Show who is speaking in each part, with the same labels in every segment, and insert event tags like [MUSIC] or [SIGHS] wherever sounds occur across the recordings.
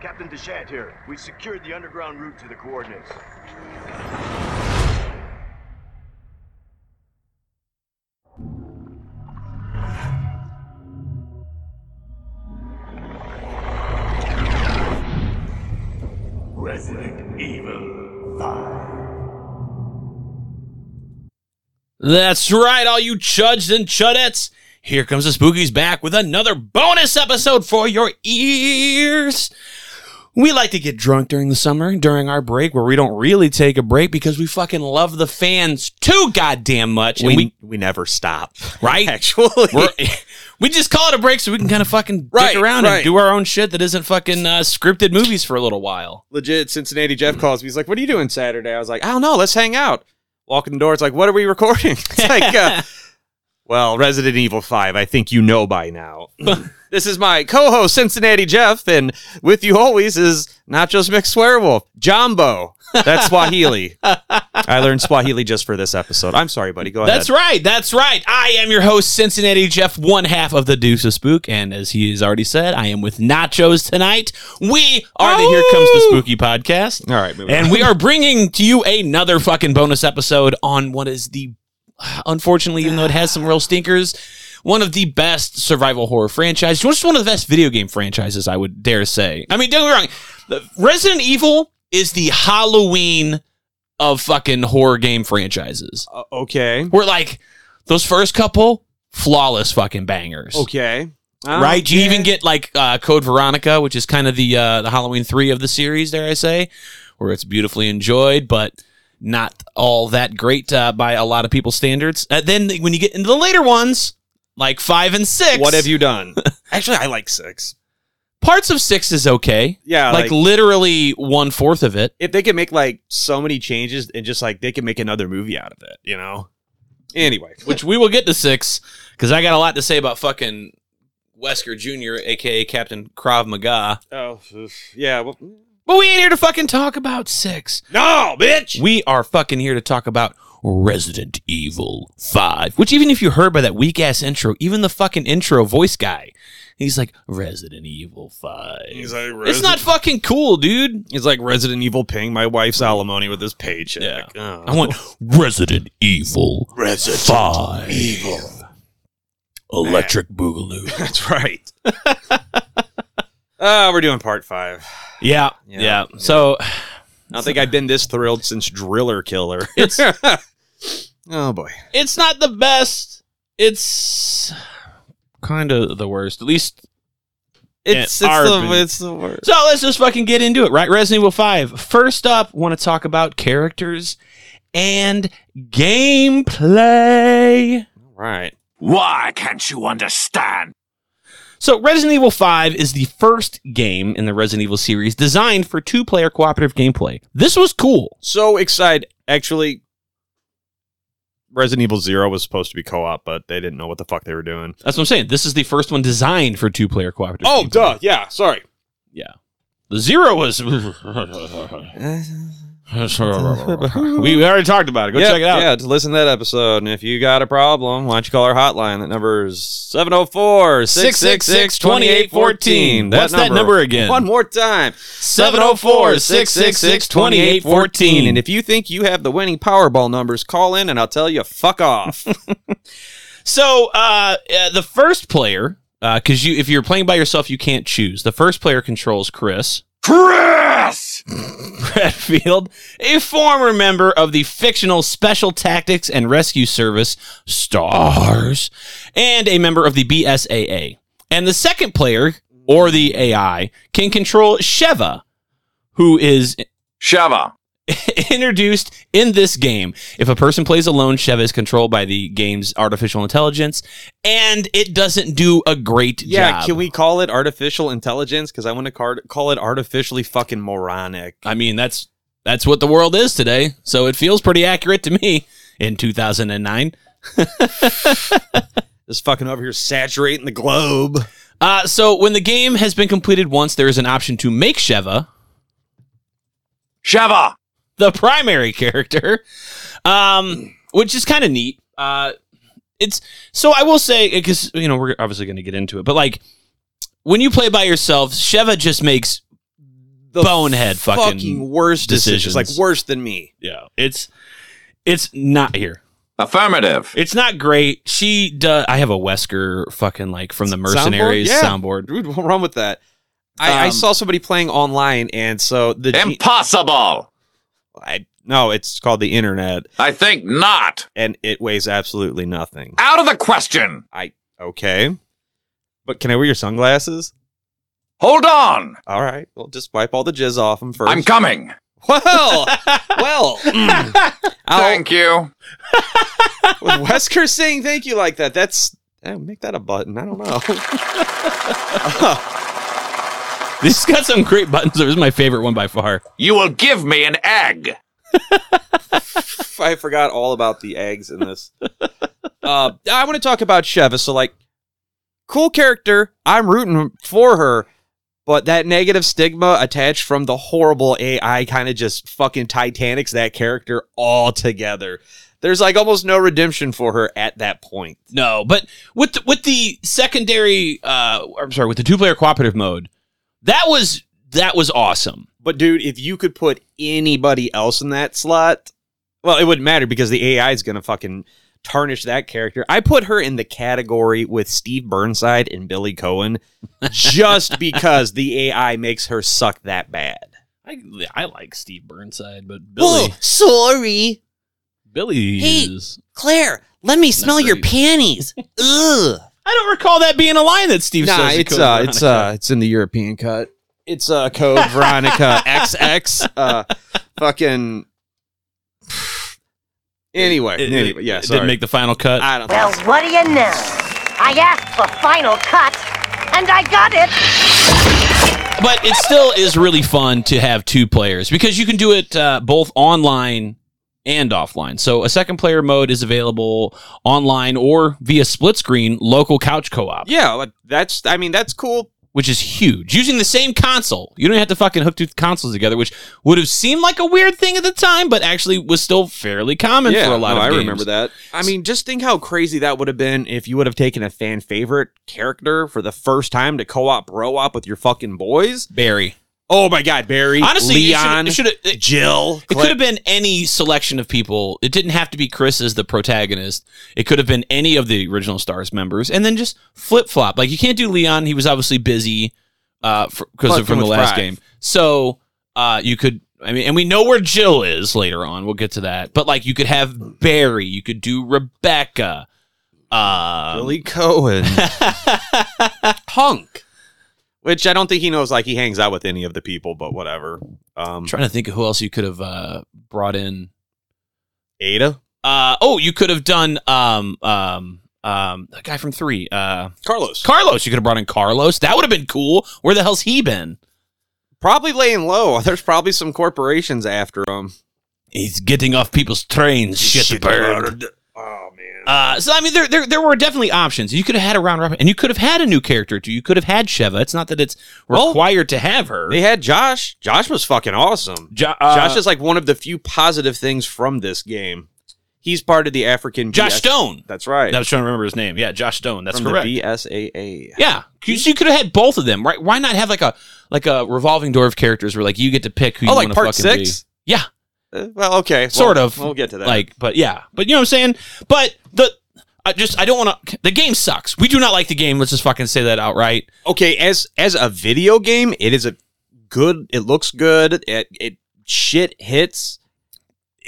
Speaker 1: Captain Deshant here. We've secured the underground route to the coordinates.
Speaker 2: Resident Evil 5.
Speaker 3: That's right, all you chuds and chudettes. Here comes the Spookies back with another bonus episode for your ears. We like to get drunk during the summer, during our break, where we don't really take a break because we fucking love the fans too goddamn much. and
Speaker 4: we,
Speaker 3: we
Speaker 4: we never stop,
Speaker 3: Right?
Speaker 4: [LAUGHS] Actually,
Speaker 3: we're, [LAUGHS] we just call it a break so we can kind of fucking
Speaker 4: Right,
Speaker 3: dick around
Speaker 4: right.
Speaker 3: and do our own shit that isn't fucking uh, scripted movies for a little while.
Speaker 4: legit. Cincinnati Jeff calls me. He's like, "What are you doing Saturday?" I was like, "I don't know. Let's hang out." Walk in the door. It's like, "What are we recording?" [LAUGHS] It's
Speaker 3: [LAUGHS]
Speaker 4: like, uh, "Well, Resident Evil Five. I think you know by now." [LAUGHS] this is my co-host Cincinnati Jeff, and with you always is not just Mick Swearwolf, Jumbo. That's Swahili. I learned Swahili just for this episode. I'm sorry, buddy. Go ahead.
Speaker 3: That's right. That's right. I am your host, Cincinnati Jeff, one half of the Deuce of Spook. And as he has already said, I am with Nachos tonight. We are the Here Comes the Spooky podcast.
Speaker 4: All right, moving
Speaker 3: And we are bringing to you another fucking bonus episode on what is the, unfortunately, even though it has some real stinkers, one of the best survival horror franchises, just one of the best video game franchises, I would dare say. I mean, don't get me wrong, the- Resident Evil is the Halloween of fucking horror game franchises.
Speaker 4: Uh, okay.
Speaker 3: We're like those first couple flawless fucking bangers.
Speaker 4: Okay. Uh,
Speaker 3: Right? You even get like uh, Code Veronica, which is kind of the uh, the Halloween three of the series, dare I say, where it's beautifully enjoyed, but not all that great uh, by a lot of people's standards. Uh, then when you get into the later ones, like five and six,
Speaker 4: What have you done?
Speaker 3: [LAUGHS]
Speaker 4: Actually, I like six.
Speaker 3: Parts of six is okay,
Speaker 4: Yeah,
Speaker 3: like,
Speaker 4: like,
Speaker 3: literally one fourth of it.
Speaker 4: if they could make like so many changes and just like they could make another movie out of it, you know. Anyway,
Speaker 3: which we will get to six because I got a lot to say about fucking Wesker Jr., aka Captain Krav Maga.
Speaker 4: [LAUGHS] oh oof. yeah, well,
Speaker 3: But we ain't here to fucking talk about six.
Speaker 4: no, bitch.
Speaker 3: We are fucking here to talk about Resident Evil 5. Which, even if you heard by that weak ass intro, even the fucking intro voice guy, he's like, Resident Evil 5.
Speaker 4: like,
Speaker 3: it's not fucking cool, dude.
Speaker 4: He's like Resident Evil paying my wife's alimony with his paycheck. Oh. [LAUGHS]
Speaker 3: I want Resident Evil 5. Electric Boogaloo.
Speaker 4: That's right. Ah, we're doing part five.
Speaker 3: Yeah,
Speaker 4: Yeah.
Speaker 3: yeah. So
Speaker 4: I don't think I've been this thrilled since Driller Killer.
Speaker 3: It's-
Speaker 4: [LAUGHS] oh boy.
Speaker 3: it's not the best. It's kind of the worst. At least
Speaker 4: It's it's,
Speaker 3: our
Speaker 4: the,
Speaker 3: opinion.
Speaker 4: it's the worst.
Speaker 3: So let's just fucking get into it, right? Resident Evil 5. First up, want to talk about characters and gameplay.
Speaker 4: Right.
Speaker 2: Why can't you understand?
Speaker 3: So, Resident Evil 5 is the first game in the Resident Evil series designed for two player cooperative gameplay. This was cool.
Speaker 4: so excited. Actually, Resident Evil Zero was supposed to be co-op, but they didn't know what the fuck they were doing.
Speaker 3: That's what I'm saying. This is the first one designed for two player cooperative.
Speaker 4: Oh,
Speaker 3: gameplay.
Speaker 4: Yeah, sorry.
Speaker 3: The zero was. [LAUGHS] we already talked about it. Go check it out.
Speaker 4: Yeah, just listen to that episode. And if you got a problem, why don't you call our hotline? That number is 704 666 2814.
Speaker 3: What's that number again?
Speaker 4: One more time
Speaker 3: 704 666 2814.
Speaker 4: And if you think you have the winning Powerball numbers, call in and I'll tell you fuck off.
Speaker 3: So uh, uh, the first player, because you if you're playing by yourself, you can't choose. The first player controls Chris
Speaker 2: Chris!
Speaker 3: Redfield, a former member of the fictional Special Tactics and Rescue Service (STARS) and a member of the BSAA. And the second player, or the AI, can control Sheva, who is
Speaker 2: Shava.
Speaker 3: [LAUGHS] introduced in this game. If a person plays alone, Sheva is controlled by the game's artificial intelligence, and it doesn't do a great
Speaker 4: yeah,
Speaker 3: job.
Speaker 4: can we call it artificial intelligence? Because I want to car- call it artificially fucking moronic.
Speaker 3: I mean, that's that's what the world is today. So it feels pretty accurate to me in 2009.
Speaker 4: This fucking over here saturating the globe.
Speaker 3: Uh, so when the game has been completed once, there is an option to make Sheva
Speaker 2: Shava!
Speaker 3: the primary character, um, which is kind of neat. Uh, it's so I will say because you know we're obviously going to get into it, but like when you play by yourself, Sheva just makes
Speaker 4: the
Speaker 3: bonehead fucking,
Speaker 4: fucking worst decisions.
Speaker 3: decisions.
Speaker 4: Like worse than me.
Speaker 3: yeah. It's it's not here.
Speaker 2: Affirmative.
Speaker 3: It's not great. She does. I have a Wesker fucking like from the mercenaries
Speaker 4: Yeah.
Speaker 3: soundboard. [LAUGHS]
Speaker 4: Dude, what's wrong with that? I, I
Speaker 3: Um,
Speaker 4: saw somebody playing online, and so the G-
Speaker 2: Impossible.
Speaker 4: I, no, it's called the internet,
Speaker 2: I think not.
Speaker 4: and it weighs absolutely nothing.
Speaker 2: Out of the question.
Speaker 4: Okay, but can I wear your sunglasses?
Speaker 2: Hold on.
Speaker 4: All right, well, just wipe all the jizz off them 1st
Speaker 2: I'm coming.
Speaker 4: [LAUGHS] well, well. mm. I'll-
Speaker 2: Thank you.
Speaker 4: with [LAUGHS] Wesker saying thank you like that, that's eh, make that a button. I don't know. [LAUGHS]
Speaker 3: This has got some great buttons. This is my favorite one by far.
Speaker 2: You will give me an egg.
Speaker 4: I forgot all about the eggs in this. Uh, I want to talk about Sheva. So, like, cool character. I'm rooting for her, but that negative stigma attached from the horrible AI kind of just fucking Titanics that character altogether. There's like almost no redemption for her at that point.
Speaker 3: No, but with the, with the secondary, uh, I'm sorry, with the two player cooperative mode, that was that was awesome.
Speaker 4: But dude, if you could put anybody else in that slot, well, it wouldn't matter because the AI is gonna fucking tarnish that character. I put her in the category with Steve Burnside and Billy [LAUGHS] Cohen just because the AI makes her suck that bad.
Speaker 3: I I like Steve Burnside, but
Speaker 4: sorry,
Speaker 3: Billy
Speaker 4: Hey.
Speaker 3: is.
Speaker 4: Claire. Let me
Speaker 3: smell your great.
Speaker 4: panties. Ugh.
Speaker 3: I don't recall that being a line that Steve
Speaker 4: Nah,
Speaker 3: says. to
Speaker 4: it's
Speaker 3: Code
Speaker 4: uh, it's
Speaker 3: Veronica.
Speaker 4: uh, it's in the European cut. It's uh, code [LAUGHS] Veronica XX. Uh, fucking. Anyway,
Speaker 3: It-
Speaker 4: anyway,
Speaker 3: it-
Speaker 4: yeah,
Speaker 3: it
Speaker 4: sorry.
Speaker 3: didn't make the final cut.
Speaker 4: I don't.
Speaker 5: Well, what do you know? I asked for final cut, and I got it.
Speaker 3: but it still is really fun to have two players because you can do it uh, both online and offline. So a second player mode is available online or via split screen local couch co-op,
Speaker 4: Yeah, like that's. I mean, that's cool.
Speaker 3: which is huge. Using the same console, you don't have to fucking hook two consoles together, which would have seemed like a weird thing at the time, but actually was still fairly common for a lot
Speaker 4: no,
Speaker 3: of
Speaker 4: I
Speaker 3: games.
Speaker 4: remember that. I mean, just think how crazy that would have been if you would have taken a fan favorite character for the first time to co-op, bro op with your fucking boys.
Speaker 3: Barry.
Speaker 4: Oh my God, Barry,
Speaker 3: Honestly,
Speaker 4: Leon,
Speaker 3: it should have
Speaker 4: Jill.
Speaker 3: It could have been any selection of people. It didn't have to be Chris as the protagonist. It could have been any of the original Stars members, and then just flip flop. Like you can't do Leon; he was obviously busy because
Speaker 4: Fucking
Speaker 3: of from the
Speaker 4: with
Speaker 3: last
Speaker 4: Fry.
Speaker 3: game. So uh, you could, I mean, and we know where Jill is later on. We'll get to that. But like you could have Barry, you could do Rebecca,
Speaker 4: [LAUGHS]
Speaker 3: uh,
Speaker 4: Billy Cohen, Hunk. Which I don't think he knows. Like he hangs out with any of the people, but whatever. Um,
Speaker 3: I'm trying to think of who else you could have uh, brought in.
Speaker 4: Ada,
Speaker 3: Uh, oh, you could have done um um um the guy from three. Uh,
Speaker 4: Carlos,
Speaker 3: Carlos. You could have brought in Carlos. That would have been cool. Where the hell's he been?
Speaker 4: probably laying low. [LAUGHS] There's probably some corporations after him.
Speaker 3: He's getting off people's trains, shitbird.
Speaker 4: Oh man.
Speaker 3: Uh, so I mean, there, there there were definitely options. You could have had a round robin, and you could have had a new character too. You could have had Sheva. It's not that it's required to have her.
Speaker 4: They had Josh. Josh was fucking awesome.
Speaker 3: Jo- uh,
Speaker 4: Josh is like one of the few positive things from this game. He's part of the African
Speaker 3: Josh
Speaker 4: BS
Speaker 3: Stone.
Speaker 4: That's right.
Speaker 3: I was trying to remember his name. Yeah, Josh Stone. That's
Speaker 4: from
Speaker 3: correct.
Speaker 4: the BSAA.
Speaker 3: yeah, 'Cause you could have had both of them. Right? Why not have like a like a revolving door of characters where like you get to pick who
Speaker 4: Oh,
Speaker 3: you
Speaker 4: like
Speaker 3: want to
Speaker 4: part
Speaker 3: fucking
Speaker 4: six?
Speaker 3: be? Yeah,
Speaker 4: Uh, well, okay. Well,
Speaker 3: Sort of.
Speaker 4: We'll get to that.
Speaker 3: Like, but yeah, but you know what I'm saying. But the I just I don't want to. The game sucks. We do not like the game. Let's just fucking say that outright. [LAUGHS]
Speaker 4: okay, as as a video game, it is a good. It looks good. It it shit hits.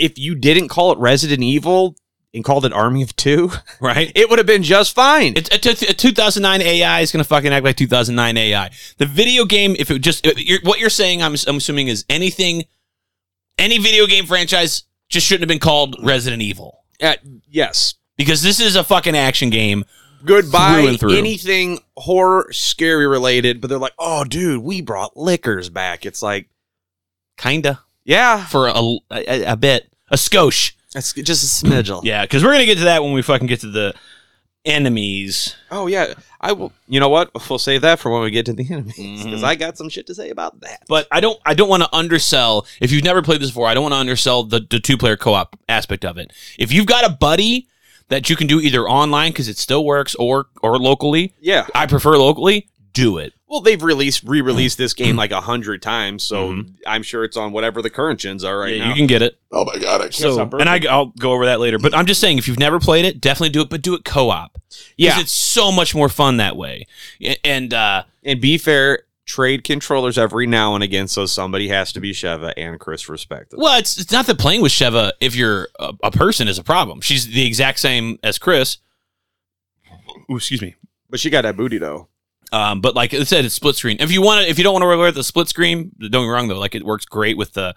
Speaker 4: If you didn't call it Resident Evil and called it Army of Two, [LAUGHS]
Speaker 3: Right.
Speaker 4: it would have been just fine.
Speaker 3: It's a, t- a 2009 AI is going to fucking act like 2009 AI. The video game, if it just if you're, what you're saying, I'm, I'm assuming is anything, any video game franchise just shouldn't have been called Resident Evil
Speaker 4: Uh, yes,
Speaker 3: because this is a fucking action game.
Speaker 4: goodbye
Speaker 3: Through and through.
Speaker 4: anything horror scary related but they're like oh dude we brought liquors back it's like
Speaker 3: Kinda
Speaker 4: yeah
Speaker 3: for a, a, a bit a skosh.
Speaker 4: it's just a smidgel
Speaker 3: Yeah, because we're gonna get to that when we fucking get to the enemies.
Speaker 4: oh yeah i will you know what we'll save that for when we get to the enemies because
Speaker 3: Mhm.
Speaker 4: i got some shit to say about that
Speaker 3: but I don't I don't want to undersell. If you've never played this before, I don't want to undersell the, the two player co op aspect of it. If you've got a buddy that you can do either online because it still works or or locally,
Speaker 4: yeah
Speaker 3: I prefer locally. Do it.
Speaker 4: Well, they've released re-released this game like a hundred times, so
Speaker 6: Mhm.
Speaker 4: I'm sure it's on whatever the current gens are right
Speaker 3: Mm-hmm. Yeah,
Speaker 4: now.
Speaker 3: you can get it.
Speaker 6: Oh my god, I can't
Speaker 3: So-
Speaker 6: stop
Speaker 3: and
Speaker 6: burping. And I,
Speaker 3: I,
Speaker 6: got
Speaker 3: I'll go over that later. But I'm just saying, if you've never played it, definitely do it. But do it co-op. 'Cause
Speaker 4: Yeah.
Speaker 3: it's so much more fun that way. A- And uh,
Speaker 4: and be fair, trade controllers every now and again, so somebody has to be Sheva and Chris respected.
Speaker 3: well, it's, it's not that playing with Sheva if you're a, a person is a problem. She's the exact same as Chris. Ooh, excuse me.
Speaker 4: But she got that booty though.
Speaker 3: Um, but like I said, it's split screen. If you want to, if you don't want to wear the split screen, don't get me wrong though. Like it works great with the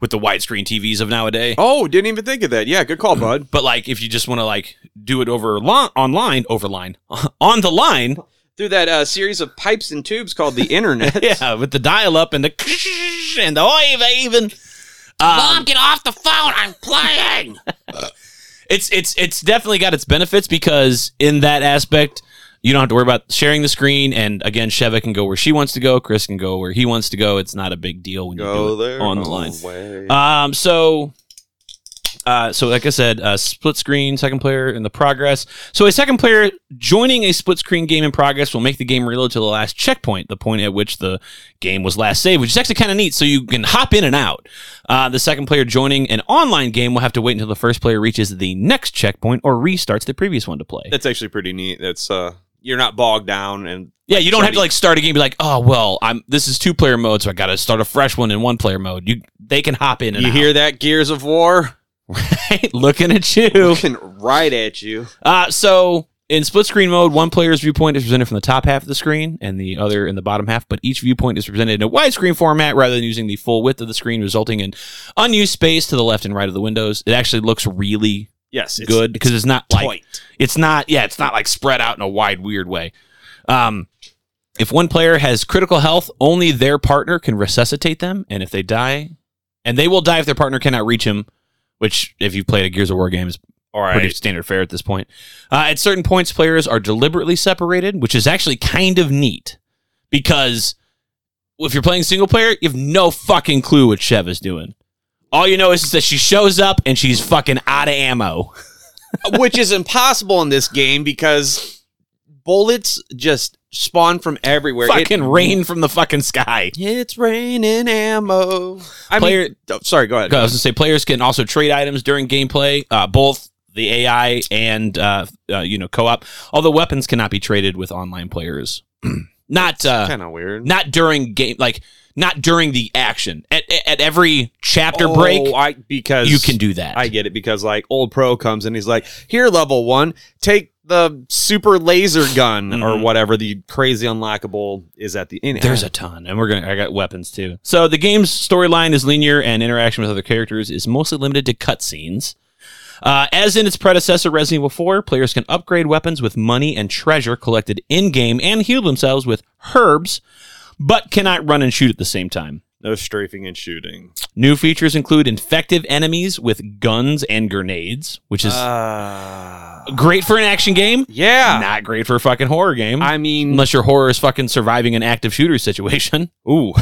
Speaker 3: with the widescreen TVs of nowadays.
Speaker 4: Oh, didn't even think of that. Yeah,
Speaker 3: [CLEARS THROAT]
Speaker 4: good call, bud.
Speaker 3: But like if you just want to like do it over lo- online, over line [LAUGHS] on the line,
Speaker 4: Through that uh, series of pipes and tubes
Speaker 3: [LAUGHS]
Speaker 4: called the internet.
Speaker 3: yeah, uh, with the dial up and the [LAUGHS] and the oiva even. um,
Speaker 4: Um,
Speaker 3: Mom, get off the phone! I'm
Speaker 4: [LAUGHS]
Speaker 3: playing. it's it's it's definitely got its benefits because in that aspect, you don't have to worry about sharing the screen. And again, Sheva can go where she wants to go. Chris can go where he wants to go. It's not a big deal when you
Speaker 4: Go
Speaker 3: do it
Speaker 4: there
Speaker 3: on the
Speaker 4: no
Speaker 3: line.
Speaker 4: way.
Speaker 3: Um, so, uh, so like I said, uh, split screen, second player in the progress. So a second player joining a split screen game in progress will make the game reload to the last checkpoint, the point at which the game was last saved, which is actually kind of neat. So you can hop in and out. Uh, the second player joining an online game will have to wait until the first player reaches the next checkpoint or restarts the previous one to play.
Speaker 4: That's actually pretty neat. That's uh, you're not bogged down and
Speaker 3: yeah, you don't have
Speaker 4: trying
Speaker 3: to
Speaker 4: to-
Speaker 3: like start a game and be like, oh well, I'm this is two player mode, so I got to start a fresh one in one player mode. You they can hop in and
Speaker 4: you
Speaker 3: out. [LAUGHS]
Speaker 4: hear that Gears of War
Speaker 3: looking at you.
Speaker 4: looking right at you.
Speaker 3: Uh, so in split screen mode, one player's viewpoint is presented from the top half of the screen and the other in the bottom half, but each viewpoint is presented in a widescreen format rather than using the full width of the screen, resulting in unused space to the left and right of the windows. It actually looks really
Speaker 4: Yes, it's
Speaker 3: good because it's, not
Speaker 4: tight.
Speaker 3: like it's not yeah, it's not like spread out in a wide weird way. Um if one player has critical health, only their partner can resuscitate them, and if they die, and they will die if their partner cannot reach him, which if you've played a Gears of War game is
Speaker 4: All
Speaker 3: pretty standard fare at this point. Uh, at certain points, players are deliberately separated, which is actually kind of neat because if you're playing single player, you have no fucking clue what Chev is doing. All you know is that she shows up and she's fucking out of ammo.
Speaker 4: which is impossible in this game because bullets just spawn from everywhere. It-
Speaker 3: fucking rain from the fucking sky.
Speaker 4: it's raining ammo. I
Speaker 3: Player-
Speaker 4: mean, oh, sorry, go ahead.
Speaker 3: I was gonna say players can also trade items during gameplay, uh, both the AI and uh, uh, you know co-op. Although weapons cannot be traded with online players. [CLEARS THROAT] Not uh,
Speaker 4: Kind of weird.
Speaker 3: not during game like not during the action at, at, at every chapter break
Speaker 4: Oh, I, because
Speaker 3: you can do that
Speaker 4: I get it because like old pro comes and he's like, "Here, level one, take the super laser gun or
Speaker 3: Mhm.
Speaker 4: whatever the crazy unlockable is at the end."
Speaker 3: there's a ton and we're gonna i got weapons too so the game's storyline is linear and interaction with other characters is mostly limited to cutscenes uh, as in its predecessor resident evil 4 players can upgrade weapons with money and treasure collected in-game and heal themselves with herbs but cannot run and shoot at the same time
Speaker 4: no strafing and shooting.
Speaker 3: new features include infective enemies with guns and grenades which is
Speaker 4: Uh.
Speaker 3: great for an action game
Speaker 4: yeah.
Speaker 3: not great for a fucking horror game.
Speaker 4: I mean,
Speaker 3: unless your horror is fucking surviving an active shooter situation. [LAUGHS]
Speaker 4: ooh,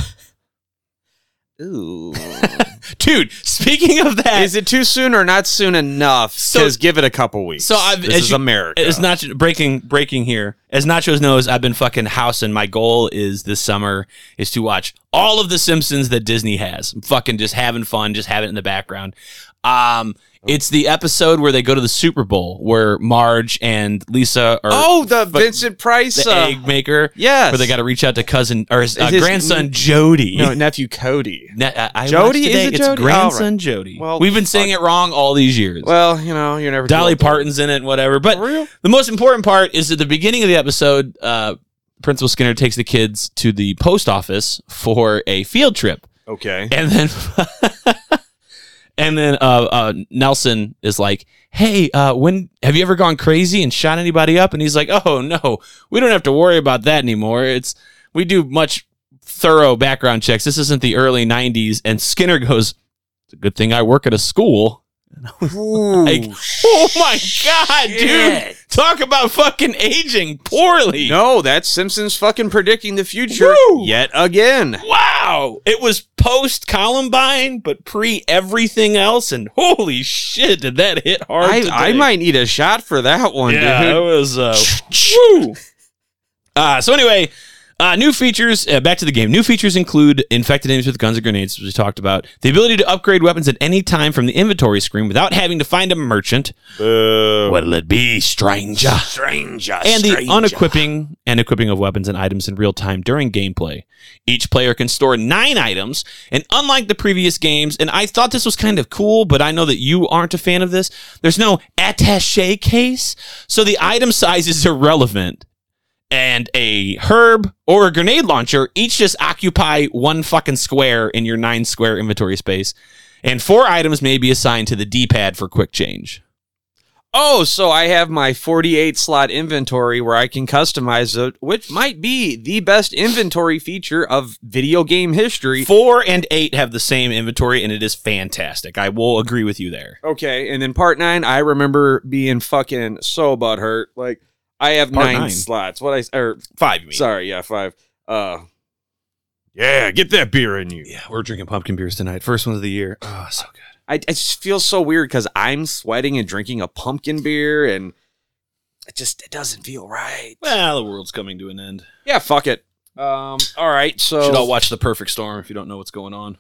Speaker 4: ooh.
Speaker 3: Dude, speaking of that,
Speaker 4: Is it too soon or not soon enough?
Speaker 3: So-
Speaker 4: Because give it a couple weeks.
Speaker 3: So I've-
Speaker 4: this
Speaker 3: as
Speaker 4: is
Speaker 3: you-
Speaker 4: America.
Speaker 3: as Nacho breaking breaking here, as Nachos knows, I've been fucking housing. My goal is this summer is to watch all of the Simpsons that Disney has. I'm fucking just having fun, just have it in the background. Um, it's the episode where they go to the Super Bowl where Marge and Lisa are
Speaker 4: oh, the Vincent Price.
Speaker 3: the
Speaker 4: uh,
Speaker 3: egg maker.
Speaker 4: yes.
Speaker 3: Where they got to reach out to cousin or his, uh,
Speaker 4: Is his-
Speaker 3: grandson Jody.
Speaker 4: no nephew [LAUGHS] Cody.
Speaker 3: Ne- I- I
Speaker 4: Jody?
Speaker 3: watched today.
Speaker 4: Is it
Speaker 3: it's
Speaker 4: Jody?
Speaker 3: grandson
Speaker 4: All right.
Speaker 3: Jody.
Speaker 4: Well,
Speaker 3: We've been saying it wrong all these years.
Speaker 4: Well, you know, you're never
Speaker 3: Dolly
Speaker 4: too old.
Speaker 3: Parton's in it, and whatever. But
Speaker 4: For real?
Speaker 3: the most important part is at the beginning of the episode, uh, Principal Skinner takes the kids to the post office for a field trip,
Speaker 4: Okay.
Speaker 3: and then [LAUGHS] and then uh, uh, Nelson is like, "Hey, uh, when have you ever gone crazy and shot anybody up?" And he's like, "Oh no, we don't have to worry about that anymore. It's we do much thorough background checks. This isn't the early '90s." And Skinner goes, "It's a good thing I work at a school." Like, [LAUGHS] oh my god, dude! Talk about fucking aging poorly.
Speaker 4: No, that's Simpsons fucking predicting the future
Speaker 3: Woo!
Speaker 4: yet again.
Speaker 3: Wow, it was post Columbine, but pre everything else, and holy shit, did that hit hard?
Speaker 4: I,
Speaker 3: today.
Speaker 4: I might need a shot for that one,
Speaker 3: yeah,
Speaker 4: dude.
Speaker 3: it was uh, woo. Uh, so anyway, Uh, new features, uh, back to the game. New features include infected enemies with guns and grenades, as we talked about, the ability to upgrade weapons at any time from the inventory screen without having to find a merchant. What'll it be, stranger?
Speaker 2: Stranger.
Speaker 3: And the unequipping and equipping of weapons and items in real time during gameplay. Each player can store nine items, and unlike the previous games, and I thought this was kind of cool, but I know that you aren't a fan of this, there's no attache case, so the item size is irrelevant. And a herb or a grenade launcher each just occupy one fucking square in your nine square inventory space. And four items may be assigned to the D pad for quick change.
Speaker 4: Oh, so I have my 48 slot inventory where I can customize it, which might be the best inventory feature of video game history.
Speaker 3: Four and eight have the same inventory, and it is fantastic. I will agree with you there.
Speaker 4: Okay, and in part nine, I remember being fucking so butthurt. Like, I have
Speaker 3: Part
Speaker 4: nine,
Speaker 3: nine.
Speaker 4: slots. What I, s- or,
Speaker 3: Five, you mean?
Speaker 4: sorry, yeah, five. Uh, yeah, get that beer in you.
Speaker 3: Yeah, we're drinking pumpkin beers tonight. First one of the year. Oh, so good.
Speaker 4: I, I just feel so weird because I'm sweating and drinking a pumpkin beer, and it just it doesn't feel right.
Speaker 3: Well, the world's coming to an end.
Speaker 4: Yeah, fuck it. Um, all right, so
Speaker 3: Should all watch The Perfect Storm if you don't know what's going on.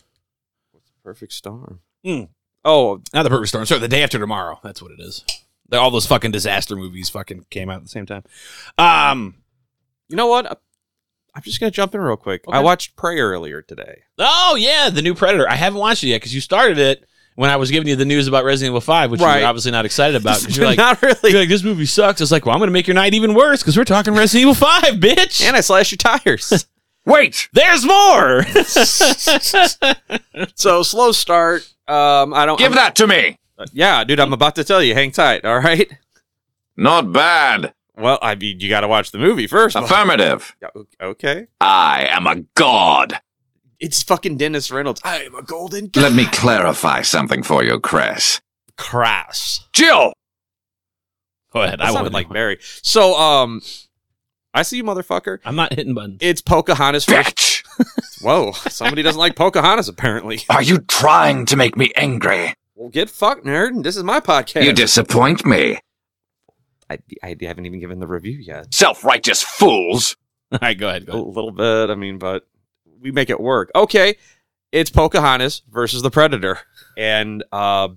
Speaker 4: perfect storm.
Speaker 3: Mm.
Speaker 4: Oh,
Speaker 3: Not The Perfect Storm. Sorry, The Day After Tomorrow. That's what it is. They're- all those fucking disaster movies fucking came out at the same time. Um.
Speaker 4: you know what? I'm just gonna jump in real quick. I
Speaker 3: Okay.
Speaker 4: watched Prayer earlier today.
Speaker 3: Oh yeah, the new Predator. I haven't watched it yet because you started it when I was giving you the news about Resident Evil Five, which
Speaker 4: Right.
Speaker 3: you're obviously not excited [LAUGHS] about. 'cause
Speaker 4: [LAUGHS]
Speaker 3: you're like,
Speaker 4: not
Speaker 3: You're [LAUGHS]
Speaker 4: really.
Speaker 3: like, this movie sucks. It's like, well, I'm going to make your night even worse because we're talking Resident Evil 5, bitch.
Speaker 4: And I slash your tires.
Speaker 2: Wait.
Speaker 3: There's more. [LAUGHS]
Speaker 4: so slow start. Um, I don't
Speaker 2: Give
Speaker 4: I'm-
Speaker 2: that to me.
Speaker 4: Yeah, dude, I'm about to tell you. Hang tight. All right.
Speaker 2: Not bad.
Speaker 4: Well, I mean, you got to watch the movie first.
Speaker 2: Affirmative.
Speaker 4: [LAUGHS] Yeah, Okay.
Speaker 2: I am a god.
Speaker 4: It's fucking Dennis Reynolds. I am a golden
Speaker 2: Let me clarify something for you, Chris.
Speaker 4: crass.
Speaker 2: Jill.
Speaker 3: Go ahead.
Speaker 4: I
Speaker 3: I
Speaker 4: sounded
Speaker 3: would
Speaker 4: like
Speaker 3: like.
Speaker 4: Barry. So, um, I see you, motherfucker.
Speaker 3: I'm not hitting
Speaker 4: [LAUGHS]
Speaker 3: buttons.
Speaker 4: It's Pocahontas. [LAUGHS] First.
Speaker 2: Bitch.
Speaker 4: Whoa, somebody doesn't like Pocahontas apparently.
Speaker 2: Are you trying to make me angry?
Speaker 4: Well, get fucked, nerd. This is my podcast.
Speaker 2: You disappoint me.
Speaker 4: I, I haven't even given the review yet.
Speaker 2: Self righteous fools.
Speaker 3: All right, go ahead. Go
Speaker 4: A
Speaker 3: ahead.
Speaker 4: little bit, I mean, but we make it work. Okay, it's Pocahontas versus the Predator, and uh,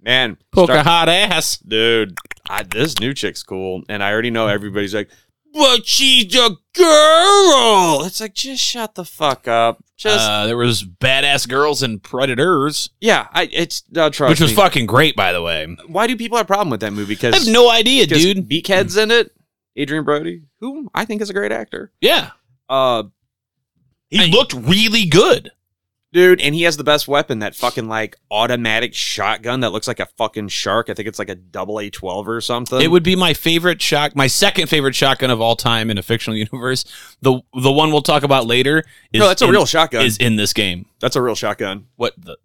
Speaker 4: man,
Speaker 3: Poke a
Speaker 4: start-
Speaker 3: hot ass.
Speaker 4: dude, I, this new chick's cool, and I already know everybody's like, but she's a girl. It's like just shut the fuck up. Just
Speaker 3: Uh, there was badass girls and predators,
Speaker 4: Yeah, I it's uh, trust
Speaker 3: which was
Speaker 4: me.
Speaker 3: fucking great, by the way.
Speaker 4: Why do people have a problem with that movie? Because
Speaker 3: I have no idea, dude.
Speaker 4: Beakhead's in it. Adrian Brody, who I think is a great actor.
Speaker 3: Yeah,
Speaker 4: Uh,
Speaker 3: he looked really good.
Speaker 4: dude, and he has the best weapon that fucking like automatic shotgun that looks like a fucking shark. I think it's like a double A twelve or something.
Speaker 3: It would be my favorite shock, my second favorite shotgun of all time in a fictional [LAUGHS] universe. The the one we'll talk about later is
Speaker 4: no, that's a
Speaker 3: in-
Speaker 4: real shotgun.
Speaker 3: is in this game.
Speaker 4: that's a real shotgun.
Speaker 3: What the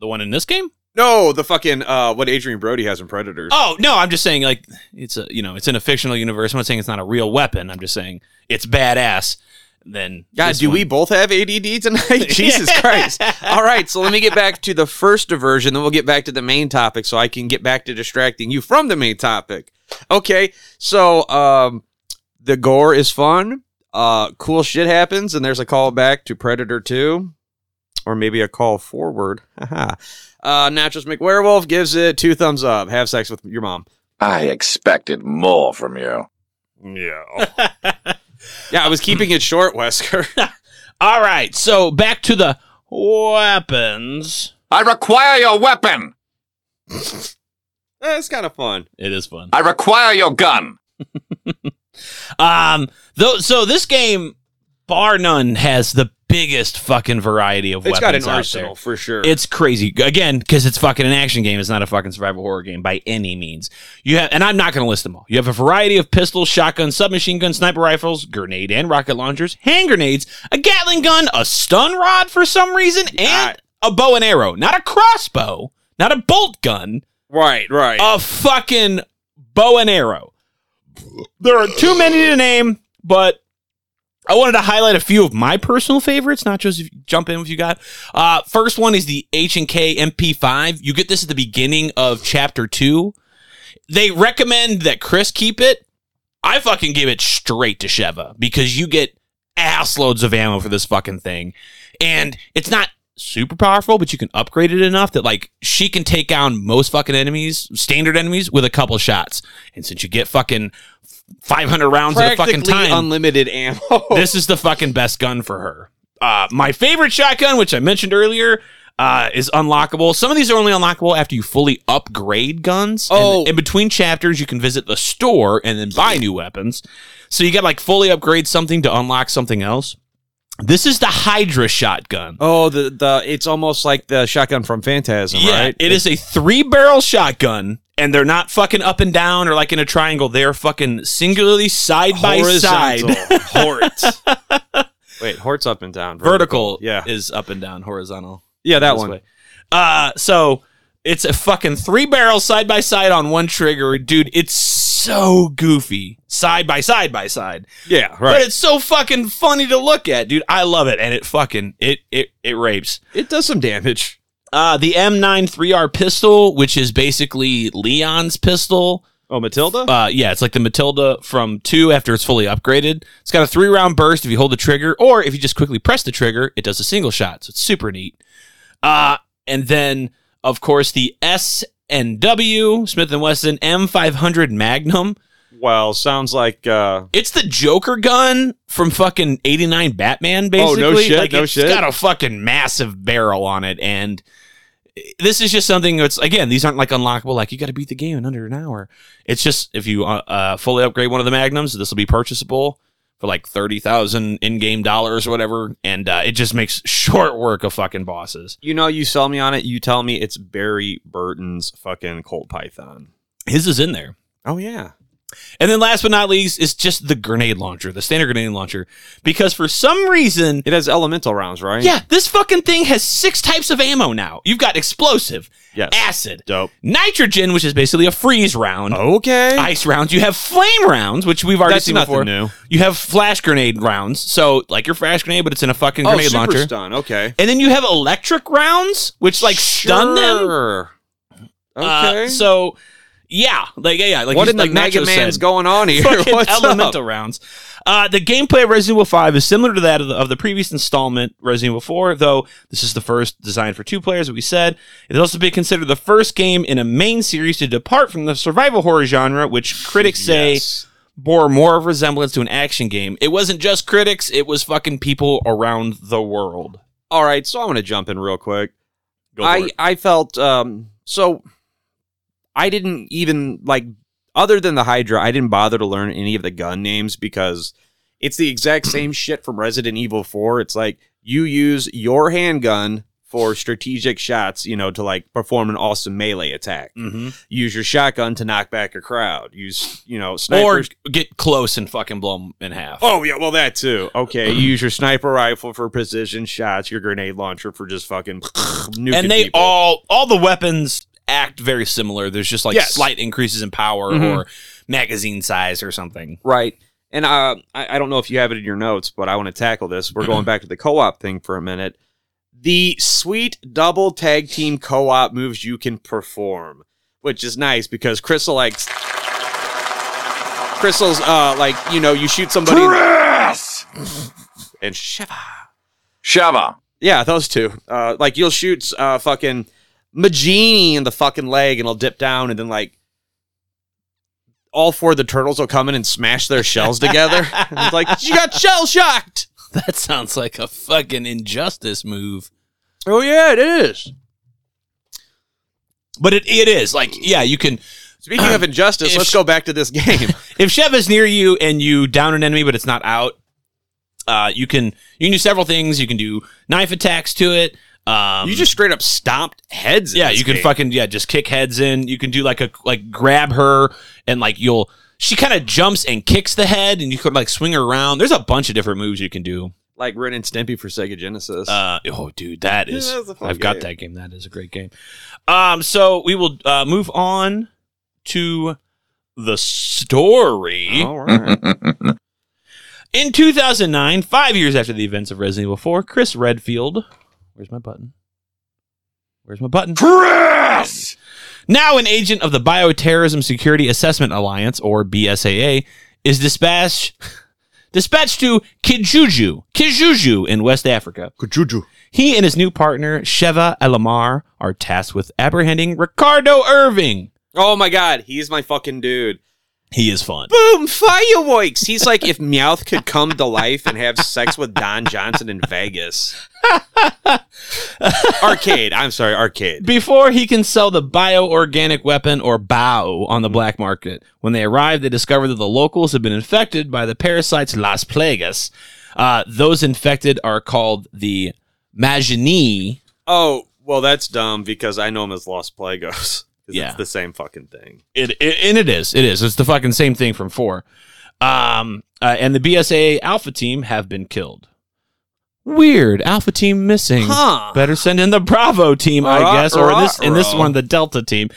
Speaker 3: the one in this game?
Speaker 4: No, the fucking uh, what Adrian Brody has in Predator.
Speaker 3: Oh no, I'm just saying like it's a you know it's in a fictional universe. I'm not saying it's not a real weapon. I'm just saying it's badass. Then
Speaker 4: God,
Speaker 3: this
Speaker 4: do we
Speaker 3: one-
Speaker 4: both have
Speaker 3: [LAUGHS]
Speaker 4: ADD tonight? Jesus Christ. All right, so let me get back to the first diversion, then we'll get back to the main topic so I can get back to distracting you from the main topic. Okay, so um, the gore is fun. Uh, cool shit happens, and there's a call back to Predator 2, or maybe a call forward. Haha. uh, Nachos McWerewolf gives it two thumbs up. Have sex with your mom.
Speaker 2: I expected more from you.
Speaker 4: Yeah.
Speaker 2: [LAUGHS]
Speaker 4: yeah, I
Speaker 3: [LAUGHS]
Speaker 4: was keeping it short, [LAUGHS] Wesker.
Speaker 3: All right, so back to the weapons.
Speaker 2: I require your weapon.
Speaker 4: That's kind of fun.
Speaker 3: It is fun.
Speaker 2: I require your gun.
Speaker 3: Um, though, so this game, bar none, has the biggest fucking variety of
Speaker 4: It's
Speaker 3: weapons
Speaker 4: got an
Speaker 3: out
Speaker 4: arsenal
Speaker 3: there.
Speaker 4: for sure.
Speaker 3: It's crazy again because it's fucking an action game. It's not a fucking survival horror game by any means. You have, and I'm not going to list them all. You have a variety of pistols, shotguns, submachine guns, sniper rifles, grenade and rocket launchers, hand grenades, a Gatling gun, a stun rod for some reason, and a bow and arrow. Not a crossbow, not a bolt gun,
Speaker 4: right, right.
Speaker 3: a fucking bow and arrow. There are too many to name, but I wanted to highlight a few of my personal favorites. Nachos, if you jump in if you got. Uh, first one is the H and K MP5. You get this at the beginning of chapter two. They recommend that Chris keep it. I fucking give it straight to Sheva because you get ass loads of ammo for this fucking thing. And it's not super powerful, but you can upgrade it enough that like she can take down most fucking enemies, standard enemies, with a couple shots. And since you get fucking 500 rounds at a fucking time,
Speaker 4: unlimited ammo.
Speaker 3: [LAUGHS] this is the fucking best gun for her. Uh, my favorite shotgun, which I mentioned earlier, uh, is unlockable. Some of these are only unlockable after you fully upgrade guns. And
Speaker 4: Oh.
Speaker 3: in between chapters, you can visit the store and then buy new weapons. So you got like fully upgrade something to unlock something else. This is the Hydra shotgun.
Speaker 4: oh, the the it's almost like the shotgun from Phantasm, right?
Speaker 3: it is a three barrel shotgun, and they're not fucking up and down or like in a triangle. They are fucking singularly side by side. [LAUGHS]
Speaker 4: Hort. Wait, Hort's up and down.
Speaker 3: Vertical,
Speaker 4: Yeah.
Speaker 3: is up and down. Horizontal.
Speaker 4: Yeah, that
Speaker 3: this
Speaker 4: one.
Speaker 3: way. Uh, so it's a fucking three barrel side by side on one trigger, dude. It's so goofy, side by side by side,
Speaker 4: Yeah, right.
Speaker 3: but it's so fucking funny to look at, dude. I love it, and it fucking it it it rapes.
Speaker 4: it does some damage.
Speaker 3: Uh, the M9 3R pistol, which is basically Leon's pistol.
Speaker 4: Oh, Matilda.
Speaker 3: Uh, yeah, it's like the Matilda from two after it's fully upgraded. It's got a three round burst if you hold the trigger, or if you just quickly press the trigger, it does a single shot. So it's super neat. Uh, and then of course the S and W Smith and Wesson M500 Magnum.
Speaker 4: well, sounds like. Uh,
Speaker 3: It's the Joker gun from fucking '89 Batman.
Speaker 4: Oh,
Speaker 3: Basically,
Speaker 4: no shit,
Speaker 3: Like,
Speaker 4: no
Speaker 3: it's
Speaker 4: shit.
Speaker 3: got a fucking massive barrel on it, and this is just something that's again these aren't like unlockable. Like you got to beat the game in under an hour. It's just if you uh, uh, fully upgrade one of the magnums, this will be purchasable for like thirty thousand in-game dollars or whatever, and uh, it just makes [LAUGHS] short work of fucking bosses.
Speaker 4: you know, you sell me on it. You tell me it's Barry Burton's fucking Colt Python.
Speaker 3: His is in there.
Speaker 4: Oh yeah.
Speaker 3: And then last but not least, it's just the grenade launcher, the standard grenade launcher, because for some reason
Speaker 4: It has elemental rounds, right?
Speaker 3: Yeah, this fucking thing has six types of ammo now. You've got explosive,
Speaker 4: Yes.
Speaker 3: acid,
Speaker 4: Dope.
Speaker 3: nitrogen, which is basically a freeze round,
Speaker 4: Okay.
Speaker 3: ice rounds. You have flame rounds, which we've already
Speaker 4: That's
Speaker 3: seen Oh,
Speaker 4: nothing
Speaker 3: before.
Speaker 4: new.
Speaker 3: You have flash grenade rounds, so like your flash grenade, but it's in a fucking
Speaker 4: oh,
Speaker 3: grenade
Speaker 4: super
Speaker 3: launcher.
Speaker 4: stun. Okay.
Speaker 3: And then you have electric rounds, which like stun them.
Speaker 4: Sure.
Speaker 3: Uh,
Speaker 4: Okay.
Speaker 3: so yeah, like yeah, yeah, like
Speaker 4: what
Speaker 3: you-
Speaker 4: in the
Speaker 3: like
Speaker 4: Mega
Speaker 3: Nacho
Speaker 4: Man's
Speaker 3: said.
Speaker 4: going on here? [LAUGHS]
Speaker 3: Fucking
Speaker 4: What's up?
Speaker 3: elemental rounds. Uh, the gameplay of Resident Evil 5 is similar to that of the, of the previous installment, Resident Evil 4, though this is the first designed for two players, as we said. It's also been considered the first game in a main series to depart from the survival horror genre, which
Speaker 4: [LAUGHS]
Speaker 3: critics say
Speaker 4: Yes.
Speaker 3: bore more of resemblance to an action game. It wasn't just critics, it was fucking people around the world.
Speaker 4: All right, so I'm going to jump in real quick.
Speaker 2: Go for
Speaker 4: I
Speaker 2: it.
Speaker 4: I felt um so I didn't even like other than the Hydra, I didn't bother to learn any of the gun names because it's the exact same shit from Resident Evil 4. It's like you use your handgun for strategic shots, you know, to like perform an awesome melee attack.
Speaker 3: Mm-hmm.
Speaker 4: Use your shotgun to knock back a crowd. Use, you know,
Speaker 3: Or
Speaker 4: snipers.
Speaker 3: get close and fucking blow them in half.
Speaker 4: Oh yeah, well that too. Okay, you use your sniper rifle for precision shots, your grenade launcher for just fucking [SNIFFS] nuking
Speaker 3: and they
Speaker 4: people.
Speaker 3: all all the weapons act very similar. There's just like
Speaker 4: Yes.
Speaker 3: slight increases in power
Speaker 4: Mhm.
Speaker 3: or magazine size or something. [LAUGHS]
Speaker 4: Right. And uh, I, I don't know if you have it in your notes, but I want to tackle this. We're going back to the co op thing for a minute. The sweet double tag team co op moves you can perform, which is nice because Crystal likes. Crystal's uh, like, you know, you shoot somebody in-
Speaker 2: Chris!
Speaker 4: and Shiva.
Speaker 2: Shava.
Speaker 4: Yeah, those two. Uh, like, you'll shoot uh, fucking Magini in the fucking leg and it'll dip down and then, like, all four of the turtles will come in and smash their shells [LAUGHS] together. it's like, you got shell shocked!
Speaker 3: That sounds like a fucking injustice move.
Speaker 4: Oh yeah, it is.
Speaker 3: But it, it is like yeah, you can
Speaker 4: Speaking of injustice,
Speaker 3: If-
Speaker 4: let's go back to [LAUGHS] this game.
Speaker 3: if Chev is near you and you down an enemy but it's not out, uh, you can you can do several things. You can do knife attacks to it. Um,
Speaker 4: you just straight up stomped heads. in
Speaker 3: yeah,
Speaker 4: this
Speaker 3: you can
Speaker 4: game.
Speaker 3: fucking yeah, just kick heads in. You can do like a like grab her and like you'll she kind of jumps and kicks the head and you could like swing her around. There's a bunch of different moves you can do.
Speaker 4: like Ren and Stimpy for Sega Genesis.
Speaker 3: Uh, oh, dude, that is.
Speaker 4: that was a fun
Speaker 3: I've got
Speaker 4: game.
Speaker 3: that game. That is a great game. Um, so we will uh, move on to the story.
Speaker 4: All right.
Speaker 3: In 2009, five years after the events of Resident Evil 4, Chris Redfield. Where's my button? Where's my button?
Speaker 2: Chris!
Speaker 3: Now an agent of the Bioterrorism Security Assessment Alliance, or BSAA, is dispatched [LAUGHS] dispatched to Kijuju, Kijuju in West Africa.
Speaker 4: Kajuju.
Speaker 3: He and his new partner, Sheva Elamar, are tasked with apprehending Ricardo Irving.
Speaker 4: Oh my god, he's my fucking dude.
Speaker 3: He is fun.
Speaker 4: Boom, fireworks. He's like if Meowth could come to life and have sex with Don Johnson in Vegas. arcade. I'm sorry, arcade.
Speaker 3: Before he can sell the bioorganic weapon or BAO on the black market. When they arrive, they discover that the locals have been infected by the parasites Las Plagas. Uh, those infected are called the Magini.
Speaker 4: Oh, well, that's dumb because I know him as Lost Plagos. 'Cause
Speaker 3: Yeah.
Speaker 4: It's the same fucking thing.
Speaker 3: It, it, and it is. It is. It's the fucking same thing from four. Um, uh, and the BSA Alpha team have been killed. Weird. Alpha team missing.
Speaker 4: Huh.
Speaker 3: Better send in the Bravo team,
Speaker 4: Ruh,
Speaker 3: I guess, or
Speaker 4: ruh,
Speaker 3: this in this
Speaker 4: ruh.
Speaker 3: one the Delta team.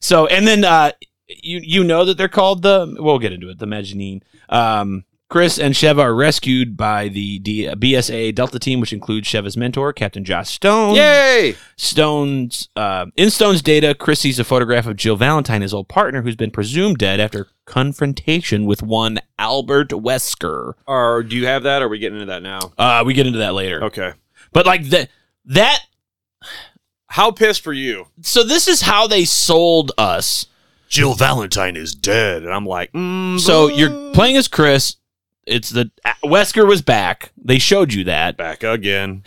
Speaker 3: So and then uh, you you know that they're called the. We'll get into it. The Maginine. Um, Chris and Sheva are rescued by the D- BSA Delta team, which includes Sheva's mentor, Captain Josh Stone.
Speaker 4: Yay!
Speaker 3: Stone's uh, in Stone's data, Chris sees a photograph of Jill Valentine, his old partner, who's been presumed dead after confrontation with one Albert Wesker.
Speaker 4: Or do you have that? Or are we getting into that now?
Speaker 3: Uh, we get into that later.
Speaker 4: Okay.
Speaker 3: But like the, that
Speaker 4: How pissed were you?
Speaker 3: so this is how they sold us.
Speaker 4: Jill Valentine is dead. And I'm like, mm,
Speaker 3: So you're playing as Chris. It's the Wesker was back. They showed you that.
Speaker 4: back again.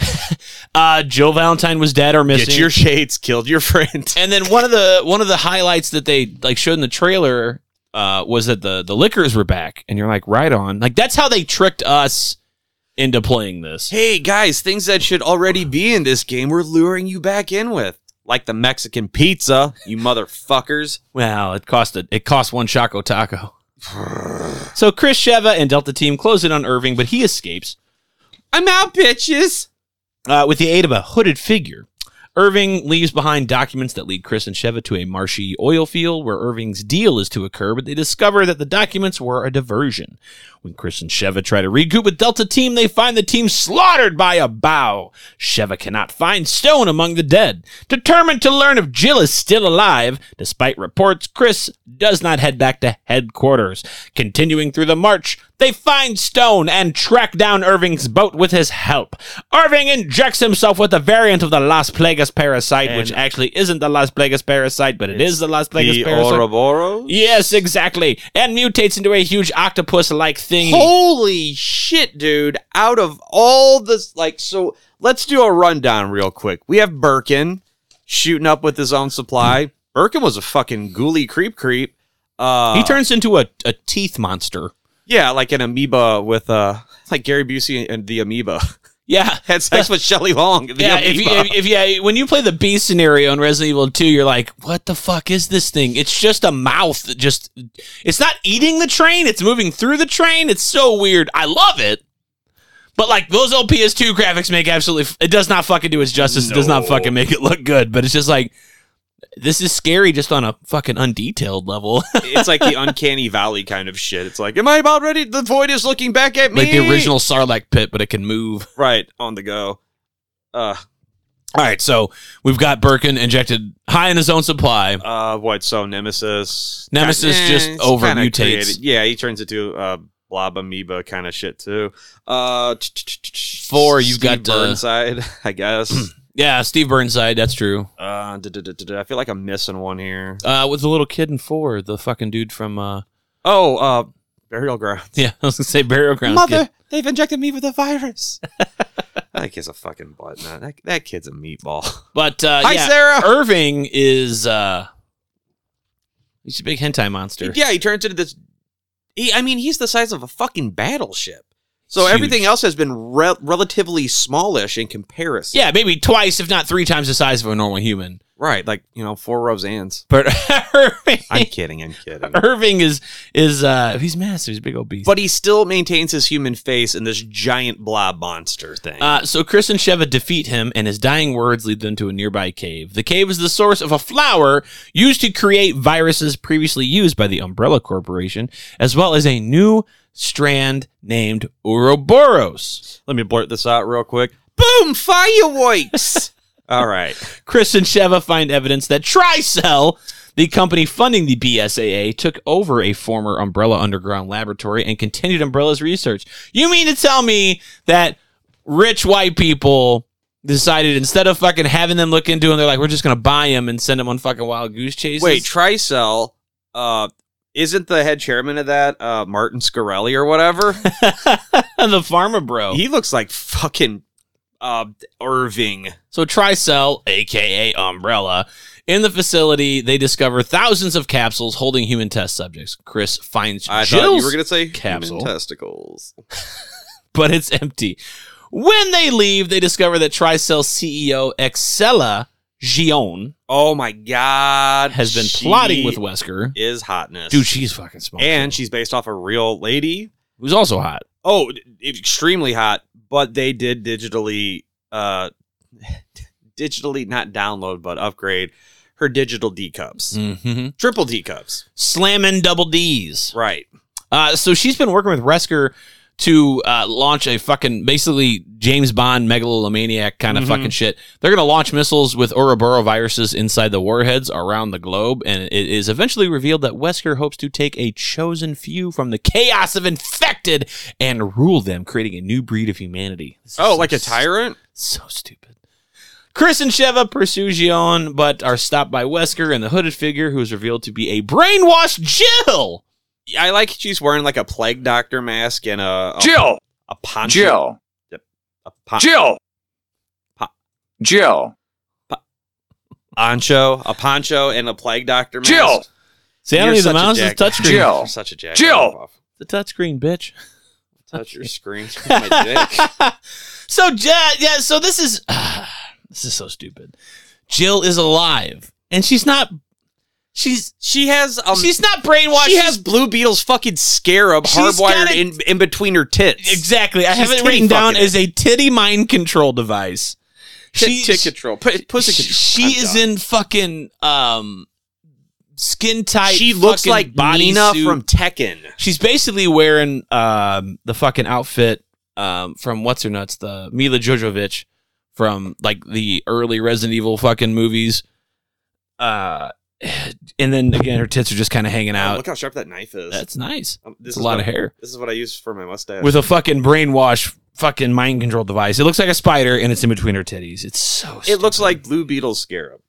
Speaker 3: Uh, Jill Valentine was dead or missing.
Speaker 4: Get your shades, killed your friend.
Speaker 3: [LAUGHS] and then one of the one of the highlights that they like showed in the trailer uh, was that the the liquors were back, and you're like, right on. Like that's how they tricked us into playing this.
Speaker 4: Hey guys, things that should already be in this game we're luring you back in with. Like the Mexican pizza, you motherfuckers.
Speaker 3: Wow, it cost a, it cost one Choco Taco. so Chris Sheva and Delta Team close in on Irving, but he escapes
Speaker 4: I'm out, bitches.
Speaker 3: uh, with the aid of a hooded figure. Irving leaves behind documents that lead Chris and Sheva to a marshy oil field where Irving's deal is to occur, but they discover that the documents were a diversion. When Chris and Sheva try to regroup with Delta Team, they find the team slaughtered by a bow. Sheva cannot find Stone among the dead. Determined to learn if Jill is still alive, despite reports, Chris does not head back to headquarters. Continuing through the march, they find Stone and track down Irving's boat with his help. Irving injects himself with a variant of the Las Plagas parasite, which actually isn't the Las Plagas parasite, but it is the Las Plagas
Speaker 4: The
Speaker 3: parasite.
Speaker 4: Ouroboros?
Speaker 3: Yes, exactly. And mutates into a huge octopus like thing.
Speaker 4: Holy shit, dude. Out of all this, like, so let's do a rundown real quick. We have Birkin shooting up with his own supply. Birkin was a fucking ghouly creep creep. Uh,
Speaker 3: he turns into a, a teeth monster.
Speaker 4: yeah, like an amoeba with, uh, like Gary Busey and the amoeba. [LAUGHS]
Speaker 3: Yeah. [LAUGHS]
Speaker 4: Had sex with Shelley Long. The
Speaker 3: Yeah,
Speaker 4: amoeba.
Speaker 3: if, you, if, if yeah, when you play the beast scenario in Resident Evil 2, you're like, what the fuck is this thing? It's just a mouth that just it's not eating the train, it's moving through the train. It's so weird. I love it. But like those old PS2 graphics make absolutely f- it does not fucking do its justice. It does not fucking make it look good, but it's just like this is scary just on a fucking undetailed level. [LAUGHS]
Speaker 4: it's like the uncanny valley kind of shit. It's like, am I about ready? The void is looking back at me.
Speaker 3: like the original Sarlacc pit, but it can move.
Speaker 4: right on the go. Uh,
Speaker 3: All right, so we've got Birkin injected high in his own supply.
Speaker 4: uh, what? So Nemesis.
Speaker 3: Nemesis
Speaker 4: Eh,
Speaker 3: just
Speaker 4: it's
Speaker 3: over
Speaker 4: kinda
Speaker 3: mutates.
Speaker 4: created- Yeah, he turns into uh, blob amoeba kind of shit too. Uh,
Speaker 3: Four, you've
Speaker 4: Steve
Speaker 3: got, Hmm. uh,
Speaker 4: Burnside, [LAUGHS] I guess.
Speaker 3: Yeah, Steve Burnside, that's true.
Speaker 4: uh, duh, duh, duh, duh, duh. I feel like I'm missing one here.
Speaker 3: Uh, with the little kid in four, the fucking dude from uh, [LAUGHS]
Speaker 4: Oh, uh, burial ground.
Speaker 3: yeah, I was gonna say burial ground. kid.
Speaker 4: they've injected me with a
Speaker 3: [LAUGHS]
Speaker 4: virus. that kid's a fucking butt nut. That, that kid's a meatball. [LAUGHS]
Speaker 3: But uh,
Speaker 4: Hi,
Speaker 3: yeah,
Speaker 4: Sarah.
Speaker 3: Irving is uh, he's a big hentai monster.
Speaker 4: Yeah, he turns into this. He, I mean, he's the size of a fucking battleship. So
Speaker 3: Huge.
Speaker 4: everything else has been re- relatively smallish in comparison.
Speaker 3: Yeah, maybe twice, if not three times the size of a normal human.
Speaker 4: Right. Like, you know, four Roseanne's.
Speaker 3: But [LAUGHS] Irving,
Speaker 4: [LAUGHS] I'm kidding. I'm kidding.
Speaker 3: Irving is is uh, he's massive. He's a big obese.
Speaker 4: But he still maintains his human face in this giant blob monster thing.
Speaker 3: Uh, so Chris and Sheva defeat him, and his dying words lead them to a nearby cave. The cave is the source of a flower used to create viruses previously used by the Umbrella Corporation, as well as a new strand named Ouroboros.
Speaker 4: Let me blurt this out real quick. Boom! Fireworks! [LAUGHS] All right.
Speaker 3: Chris and Sheva find evidence that Tricell, The company funding the BSAA took over a former Umbrella Underground laboratory and continued Umbrella's research. You mean to tell me that rich white people decided instead of fucking having them look into them, they're like, we're just going to buy them and send them on fucking wild goose chases?
Speaker 4: Wait, Tricell, uh, isn't the head chairman of that uh, Martin Scarelli or
Speaker 3: [LAUGHS]
Speaker 4: whatever? [LAUGHS]
Speaker 3: the pharma bro.
Speaker 4: he looks like fucking uh, Irving.
Speaker 3: So Tricell, aka Umbrella, in the facility, they discover thousands of capsules holding human test subjects. Chris finds
Speaker 4: I thought
Speaker 3: Jill's,
Speaker 4: you were gonna say
Speaker 3: capsule.
Speaker 4: human testicles.
Speaker 3: but it's empty. When they leave, they discover that Tricell CEO Excella Gion
Speaker 4: Oh my god,
Speaker 3: has been
Speaker 4: she
Speaker 3: plotting with Wesker.
Speaker 4: is hotness,
Speaker 3: Dude, she's fucking smart.
Speaker 4: and she's based off a real lady.
Speaker 3: who's also hot.
Speaker 4: Oh, d- extremely hot. But they did digitally, uh, [LAUGHS] digitally not download but upgrade her digital D cups,
Speaker 3: Mm-hmm.
Speaker 4: triple D cups.
Speaker 3: Slamming double D's.
Speaker 4: Right.
Speaker 3: Uh, so she's been working with Resker to uh, launch a fucking basically James Bond megalomaniac kind of
Speaker 4: Mhm.
Speaker 3: fucking shit. They're gonna launch missiles with Ouroboros viruses inside the warheads around the globe, and it is eventually revealed that Wesker hopes to take a chosen few from the chaos of infected and rule them, creating a new breed of humanity. This is
Speaker 4: Oh,
Speaker 3: so
Speaker 4: like a
Speaker 3: s-
Speaker 4: tyrant.
Speaker 3: So stupid. Chris and Sheva pursue Gion, but are stopped by Wesker and the hooded figure, who is revealed to be a brainwashed Jill.
Speaker 4: I like she's wearing like a plague doctor mask and a a,
Speaker 2: Jill.
Speaker 4: a poncho.
Speaker 2: Jill.
Speaker 4: A pon-
Speaker 2: Jill.
Speaker 4: Pa-
Speaker 2: Jill.
Speaker 4: poncho. A poncho and a plague doctor mask.
Speaker 2: Jill.
Speaker 3: See, I don't
Speaker 4: You're
Speaker 3: need the
Speaker 4: such a
Speaker 3: mouse. It's
Speaker 4: dick.
Speaker 3: touchscreen.
Speaker 2: Jill.
Speaker 4: You're such a jack.
Speaker 2: Jill.
Speaker 3: The touchscreen, bitch.
Speaker 4: Touch your screen. [LAUGHS] with my dick.
Speaker 3: so ja- yeah, so this is [SIGHS] this is so stupid. Jill is alive, and she's not. She's
Speaker 4: She has um,
Speaker 3: she's not brainwashed.
Speaker 4: [LAUGHS] she has Blue Beetle's fucking scarab
Speaker 3: She's
Speaker 4: hardwired
Speaker 3: got a-
Speaker 4: in, in between her tits.
Speaker 3: exactly. I
Speaker 4: she's
Speaker 3: have it
Speaker 4: titty
Speaker 3: written down
Speaker 4: fucking
Speaker 3: as a titty mind control device.
Speaker 4: Tit,
Speaker 3: She-
Speaker 4: tit control. P- pussy
Speaker 3: she,
Speaker 4: control.
Speaker 3: she
Speaker 4: I'm
Speaker 3: is
Speaker 4: done.
Speaker 3: in fucking um skin tight.
Speaker 4: She looks
Speaker 3: fucking
Speaker 4: like Nina
Speaker 3: bodysuit.
Speaker 4: from Tekken.
Speaker 3: She's basically wearing um, the fucking outfit um, from what's her nuts, the Mila Jojovic from like the early Resident Evil fucking movies. Uh, and then again, her tits are just kind of hanging
Speaker 4: Oh,
Speaker 3: out.
Speaker 4: look how sharp that knife is.
Speaker 3: That's nice.
Speaker 4: Um, this
Speaker 3: It's
Speaker 4: is
Speaker 3: a lot
Speaker 4: what,
Speaker 3: of hair
Speaker 4: This is what I use for my mustache.
Speaker 3: with a fucking brainwash, fucking mind control device. It looks like a spider, and it's in between her titties. It's so.
Speaker 4: it
Speaker 3: stupid.
Speaker 4: looks like Blue Beetle's scarab.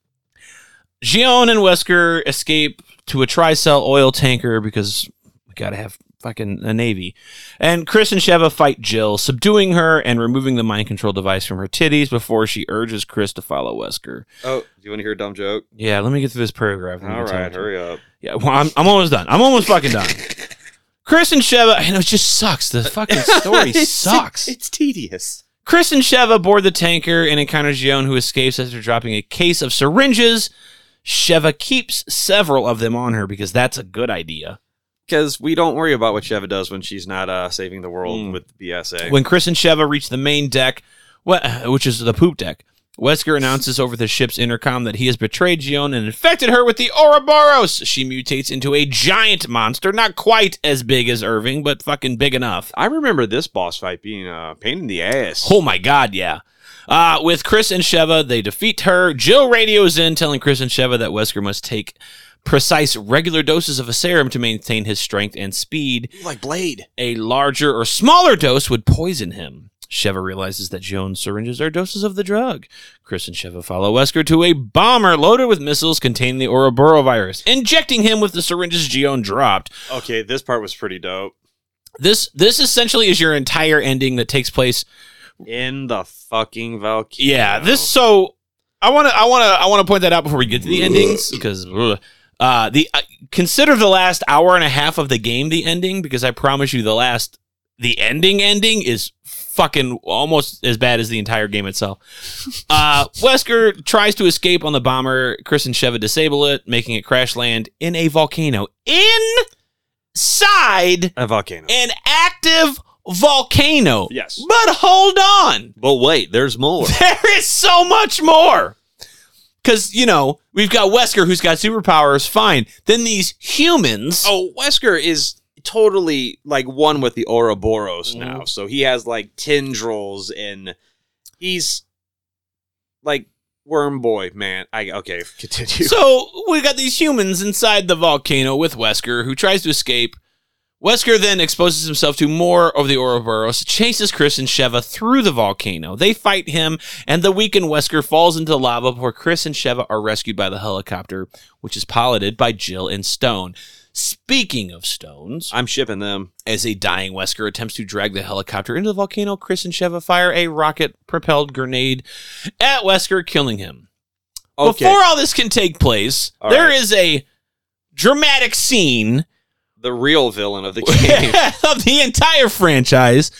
Speaker 3: Gion and Wesker escape to a tricell oil tanker because we gotta have fucking a navy. And Chris and Sheva fight Jill, subduing her and removing the mind control device from her titties before she urges Chris to follow Wesker.
Speaker 4: Oh, do you want to hear a dumb joke?
Speaker 3: Yeah, let me get through this paragraph.
Speaker 4: All right, hurry up.
Speaker 3: Yeah, well, I'm, I'm almost done. I'm almost fucking
Speaker 4: [LAUGHS]
Speaker 3: done. Chris and Sheva, I know it just sucks. The fucking
Speaker 4: [LAUGHS]
Speaker 3: story sucks.
Speaker 4: It's tedious.
Speaker 3: Chris and Sheva board the tanker and encounter Gion, who escapes after dropping a case of syringes. Sheva keeps several of them on her because that's a good idea.
Speaker 4: Because we don't worry about what Sheva does when she's not uh, saving the world
Speaker 3: Mm.
Speaker 4: with the BSA.
Speaker 3: When Chris and Sheva reach the main deck, wh- which is the poop deck, Wesker announces over the ship's intercom that he has betrayed Gion and infected her with the Ouroboros. She mutates into a giant monster, not quite as big as Irving, but fucking big enough.
Speaker 4: I remember this boss fight being a pain in the ass.
Speaker 3: Oh my god, yeah. Uh, with Chris and Sheva, they defeat her. Jill radios in telling Chris and Sheva that Wesker must take precise regular doses of a serum to maintain his strength and speed.
Speaker 4: like Blade.
Speaker 3: A larger or smaller dose would poison him. Sheva realizes that Joan's syringes are doses of the drug. Chris and Sheva follow Wesker to a bomber loaded with missiles containing the Ouroboros virus, injecting him with the syringes Gion dropped.
Speaker 4: Okay, this part was pretty dope.
Speaker 3: This this essentially is your entire ending that takes place
Speaker 4: In the fucking Valkyrie.
Speaker 3: Yeah, this so I want to I want to I want to point that out before we get to the endings because uh the uh, consider the last hour and a half of the game the ending because I promise you the last the ending ending is fucking almost as bad as the entire game itself. Uh Wesker tries to escape on the bomber, Chris and Sheva disable it, making it crash land in a volcano inside
Speaker 4: a volcano.
Speaker 3: an active volcano.
Speaker 4: yes.
Speaker 3: But hold on.
Speaker 4: But wait,
Speaker 3: [LAUGHS]
Speaker 4: there's more.
Speaker 3: There is so much more. Because, you know, we've got Wesker who's got superpowers, fine. Then these humans.
Speaker 4: oh, [LAUGHS] Wesker is totally like one with the Ouroboros now. So he has like tendrils and he's like Worm Boy, man. I okay, [LAUGHS] continue.
Speaker 3: So we got these humans inside the volcano with Wesker, who tries to escape. Wesker then exposes himself to more of the Ouroboros, chases Chris and Sheva through the volcano. They fight him, and the weakened Wesker falls into the lava before Chris and Sheva are rescued by the helicopter, which is piloted by Jill and Stone. Speaking of stones,
Speaker 4: I'm shipping them.
Speaker 3: as a dying Wesker attempts to drag the helicopter into the volcano, Chris and Sheva fire a rocket propelled grenade at Wesker, killing him.
Speaker 4: Okay.
Speaker 3: Before all this can take place,
Speaker 4: All
Speaker 3: there
Speaker 4: right.
Speaker 3: is a dramatic scene
Speaker 4: the real
Speaker 3: [LAUGHS]
Speaker 4: villain of the game.
Speaker 3: of the entire franchise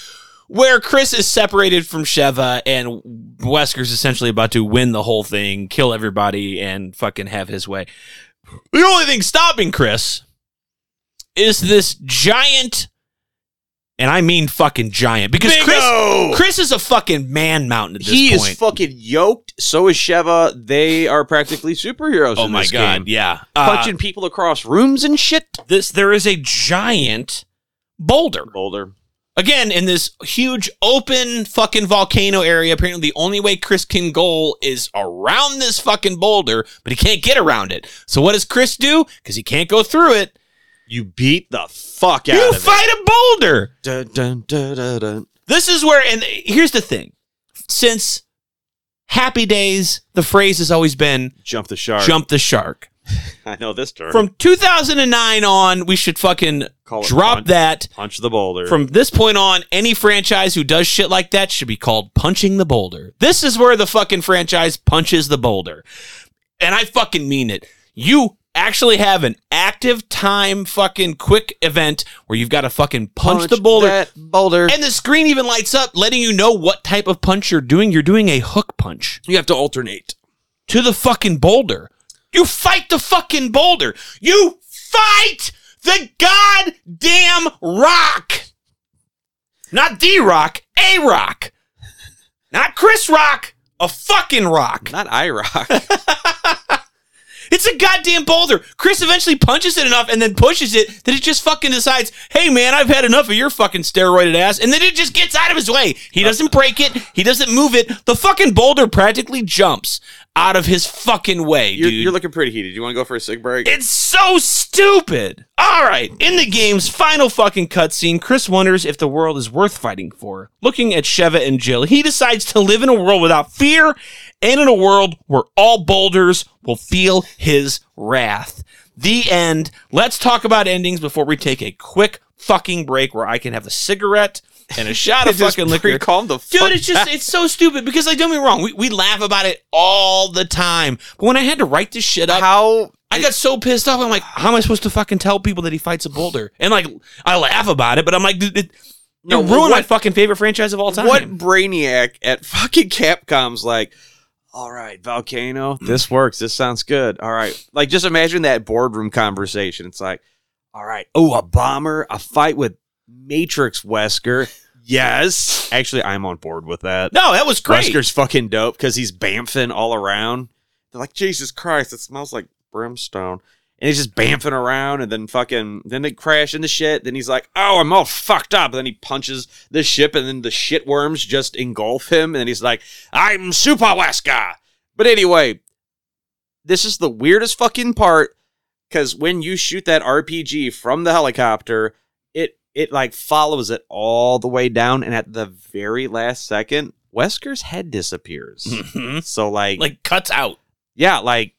Speaker 3: where Chris is separated from Sheva and Wesker's essentially about to win the whole thing, kill everybody, and fucking have his way. The only thing stopping Chris is this giant, and I mean fucking giant, because Chris,
Speaker 4: Bingo!
Speaker 3: Chris is a fucking man mountain at this
Speaker 4: he
Speaker 3: point.
Speaker 4: is fucking yoked. So is Sheva. They are practically superheroes.
Speaker 3: oh
Speaker 4: in
Speaker 3: my
Speaker 4: this
Speaker 3: god,
Speaker 4: game.
Speaker 3: yeah. Uh,
Speaker 4: punching people across rooms and shit.
Speaker 3: this there is a giant boulder
Speaker 4: Boulder.
Speaker 3: again in this huge open fucking volcano area apparently the only way chris can go is around this fucking boulder but he can't get around it so what does chris do because he can't go through it
Speaker 4: You beat the fuck out
Speaker 3: you
Speaker 4: of it.
Speaker 3: fight a boulder
Speaker 4: Dun, dun, dun, dun, dun.
Speaker 3: this is where and here's the thing since happy days the phrase has always been
Speaker 4: Jump the shark.
Speaker 3: jump the shark
Speaker 4: I know this term.
Speaker 3: from 2009 on we should fucking
Speaker 4: Call it
Speaker 3: drop
Speaker 4: punch.
Speaker 3: that
Speaker 4: punch the boulder.
Speaker 3: From this point on, any franchise who does shit like that should be called punching the boulder. This is where the fucking franchise punches the boulder. And I fucking mean it. You actually have an active time fucking quick event where you've got to fucking punch, the boulder.
Speaker 4: that boulder.
Speaker 3: and the screen even lights up, letting you know what type of punch you're doing. You're doing a hook punch
Speaker 4: you have to alternate.
Speaker 3: to the fucking boulder. You fight the fucking boulder. You fight the goddamn rock. Not the rock, a rock. Not Chris Rock, a fucking rock.
Speaker 4: Not IROC. [LAUGHS]
Speaker 3: [LAUGHS] It's a goddamn boulder. Chris eventually punches it enough and then pushes it that it just fucking decides, hey man, I've had enough of your fucking steroided ass. And then it just gets out of his way. He doesn't break it, he doesn't move it. The fucking boulder practically jumps out of his fucking way.
Speaker 4: you're,
Speaker 3: dude.
Speaker 4: you're looking pretty heated. You want to go for a sig break?
Speaker 3: It's so stupid. All right, in the game's final fucking cutscene, Chris wonders if the world is worth fighting for. Looking at Sheva and Jill, he decides to live in a world without fear and in a world where all boulders will feel his wrath. The end. Let's talk about endings before we take a quick fucking break where I can have a cigarette
Speaker 4: [LAUGHS]
Speaker 3: and a shot of
Speaker 4: Just
Speaker 3: fucking liquor.
Speaker 4: Calm the fuck
Speaker 3: Dude, it's just it's so stupid because like don't get me wrong, we, we laugh about it all the time. But when I had to write this shit up,
Speaker 4: How
Speaker 3: I got so pissed off. I'm like, how am I supposed to fucking tell people that he fights a boulder? And like, I laugh about it, but I'm like, dude, it,
Speaker 4: No,
Speaker 3: it ruined my
Speaker 4: what-
Speaker 3: fucking favorite franchise of all time.
Speaker 4: What brainiac at fucking Capcom's like, all right, Volcano, this works. This sounds good. All right. Like, just imagine that boardroom conversation. It's like, all right, oh, a bomber, a fight with Matrix Wesker. Yes. Actually, I'm on board with that.
Speaker 3: No, that was great.
Speaker 4: Wesker's fucking dope because he's bamfing all around. They're like, Jesus Christ, it smells like brimstone. And he's just bamfing around and then fucking then they crash into shit. Then he's like, Oh, I'm all fucked up. And then he punches the ship and then the shit worms just engulf him. And then he's like, I'm Super Wesker. But anyway, this is the weirdest fucking part because when you shoot that RPG from the helicopter, it it like follows it all the way down, and at the very last second, Wesker's head disappears.
Speaker 3: Mhm.
Speaker 4: so like,
Speaker 3: Like cuts out.
Speaker 4: yeah, like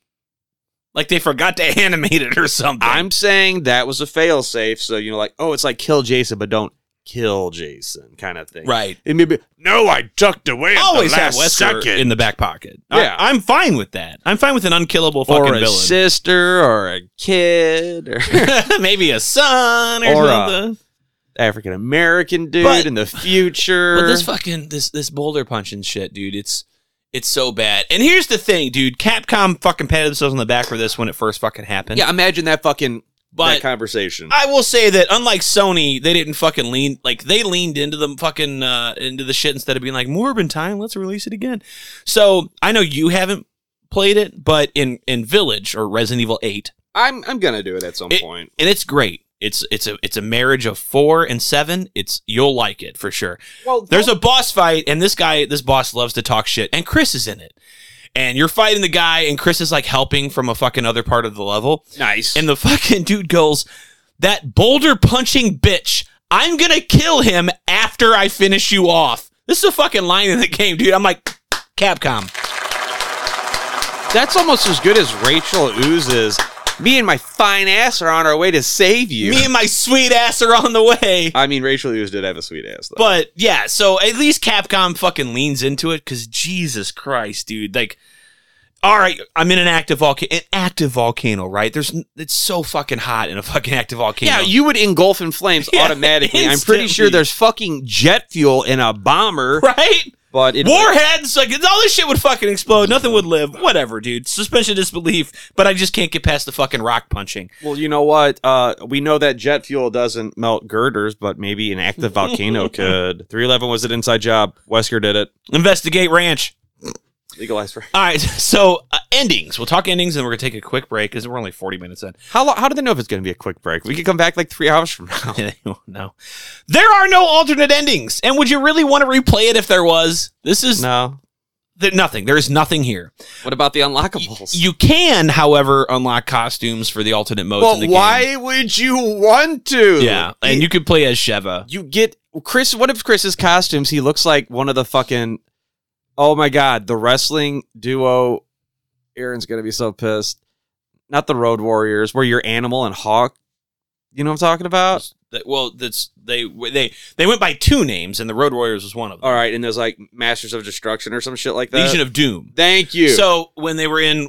Speaker 3: Like they forgot to [LAUGHS] animate it or something.
Speaker 4: I'm saying that was a failsafe. So you know, like, oh, it's like kill Jason, but don't kill Jason, kind of thing.
Speaker 3: right.
Speaker 4: It may be, no, I ducked away. at
Speaker 3: Always
Speaker 4: the
Speaker 3: have
Speaker 4: last
Speaker 3: Wesker
Speaker 4: second.
Speaker 3: in the back pocket.
Speaker 4: Yeah.
Speaker 3: I, am fine with that. I'm fine with an unkillable fucking
Speaker 4: or a
Speaker 3: villain.
Speaker 4: sister, or a kid, or [LAUGHS]
Speaker 3: [LAUGHS] Maybe a son or,
Speaker 4: Or a-
Speaker 3: something.
Speaker 4: African American dude
Speaker 3: But-
Speaker 4: in the future.
Speaker 3: But this fucking this this boulder punch and shit, dude. It's it's so bad. And here's the thing, dude. Capcom fucking patted themselves on the back for this when it first fucking happened.
Speaker 4: yeah, imagine that fucking
Speaker 3: But-
Speaker 4: that conversation.
Speaker 3: I will say that unlike Sony, they didn't fucking lean like they leaned into the fucking uh, into the shit instead of being like Morbin time, let's release it again. So I know you haven't played it, but in in Village or Resident Evil Eight,
Speaker 4: I'm I'm gonna do it at some
Speaker 3: It-
Speaker 4: point.
Speaker 3: and it's great. It's it's a it's a marriage of four and seven. It's you'll like it for sure.
Speaker 4: Well,
Speaker 3: There's a boss fight, and this guy, this boss loves to talk shit, and Chris is in it. and you're fighting the guy, and Chris is like helping from a fucking other part of the level. [LAUGHS]
Speaker 4: Nice.
Speaker 3: And the fucking dude goes, That boulder punching bitch, I'm gonna kill him after I finish you off. This is a fucking line in the game, dude. I'm like, Capcom.
Speaker 4: That's almost as good as Rachel Ooze's. Me and my fine ass are on our way to save you.
Speaker 3: Me and my sweet ass are on the way.
Speaker 4: I mean, Rachel Ooze did have a sweet ass. Though.
Speaker 3: But yeah, so at least Capcom fucking leans into it because Jesus Christ, dude. Like, all right, I'm in an active volcano, an active volcano, right? There's, n- it's so fucking hot in a fucking active volcano.
Speaker 4: yeah, you would engulf in [LAUGHS] flames
Speaker 3: Yeah,
Speaker 4: automatically. I'm pretty sure
Speaker 3: instantly.
Speaker 4: there's fucking jet fuel in a
Speaker 3: [LAUGHS]
Speaker 4: bomber,
Speaker 3: right?
Speaker 4: but it
Speaker 3: Warheads, like all this shit would fucking explode. Nothing would live. Whatever, dude. Suspension of disbelief. But I just can't get past the fucking rock punching.
Speaker 4: Well, you know what? Uh, we know that jet fuel doesn't melt girders, but maybe an active [LAUGHS] volcano could. 311 was an inside job. Wesker did it.
Speaker 3: Investigate ranch.
Speaker 4: Legalized for.
Speaker 3: All right, [LAUGHS] so uh, endings. We'll talk endings, and we're gonna take a quick break because we're only forty minutes in. [LAUGHS]
Speaker 4: How, lo- how do they know if it's going to be a quick break? We could come back like three hours from
Speaker 3: [LAUGHS]
Speaker 4: now.
Speaker 3: no, there are no alternate endings. And would you really want to replay it if there was? This is
Speaker 4: No.
Speaker 3: there- nothing. There is nothing here.
Speaker 4: What about the unlockables?
Speaker 3: You can, however, unlock costumes for the alternate modes. in
Speaker 4: well,
Speaker 3: the
Speaker 4: why
Speaker 3: Game.
Speaker 4: would you want to?
Speaker 3: Yeah, and you could play as Sheva.
Speaker 4: you get Chris. What if Chris's costumes? He looks like one of the fucking. Oh my god, the wrestling duo. Aaron's gonna be so pissed. Not the Road Warriors, where you're Animal and Hawk. You know what I'm talking about?
Speaker 3: that- well that's they they they went by two names and the road warriors was one of them
Speaker 4: All right, and there's like Masters of Destruction or some shit like that.
Speaker 3: legion of doom
Speaker 4: Thank you.
Speaker 3: so when they were in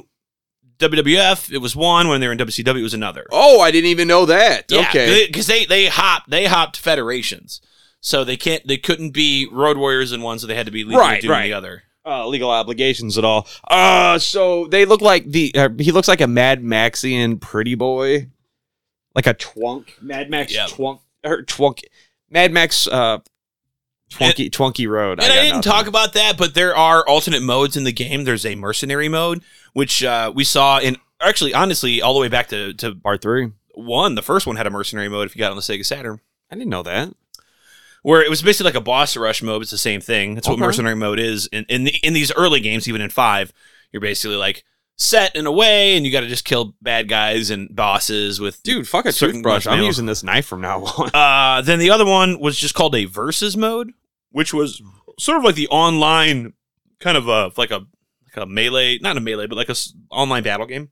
Speaker 3: wwf it was one when they were in wcw it was another
Speaker 4: oh, I didn't even know that. okay,
Speaker 3: because they they hopped they hopped federations so they can't they couldn't be road warriors in one so they had to be legion
Speaker 4: Right,
Speaker 3: of doom in
Speaker 4: right.
Speaker 3: the other
Speaker 4: uh, legal obligations at all. Uh so they look like the. Uh, he looks like a Mad Maxian pretty boy, like a twunk. Mad Max
Speaker 3: Yeah.
Speaker 4: twunk or twunk. Mad Max. Uh, Twunky, Twunky Road.
Speaker 3: and I,
Speaker 4: got
Speaker 3: didn't
Speaker 4: nothing.
Speaker 3: talk about that, but there are alternate modes in the game. There's a mercenary mode, which uh, we saw in actually, honestly, all the way back to, to
Speaker 4: part three.
Speaker 3: one. The first one had a mercenary mode if you got on the Sega Saturn.
Speaker 4: I didn't know that.
Speaker 3: where it was basically like a boss rush mode. It's the same thing. That's what
Speaker 4: Okay.
Speaker 3: mercenary mode is. In in, the, in these early games, even in five, you're basically like set and away, and you got to just kill bad guys and bosses with
Speaker 4: Dude, fuck a
Speaker 3: Certain
Speaker 4: toothbrush. I'm
Speaker 3: blackmail.
Speaker 4: using this knife from
Speaker 3: [LAUGHS]
Speaker 4: now on.
Speaker 3: Uh, then the other one was just called a versus mode, which was sort of like the online kind of a like a like a melee, not a melee, but like a s- online battle game.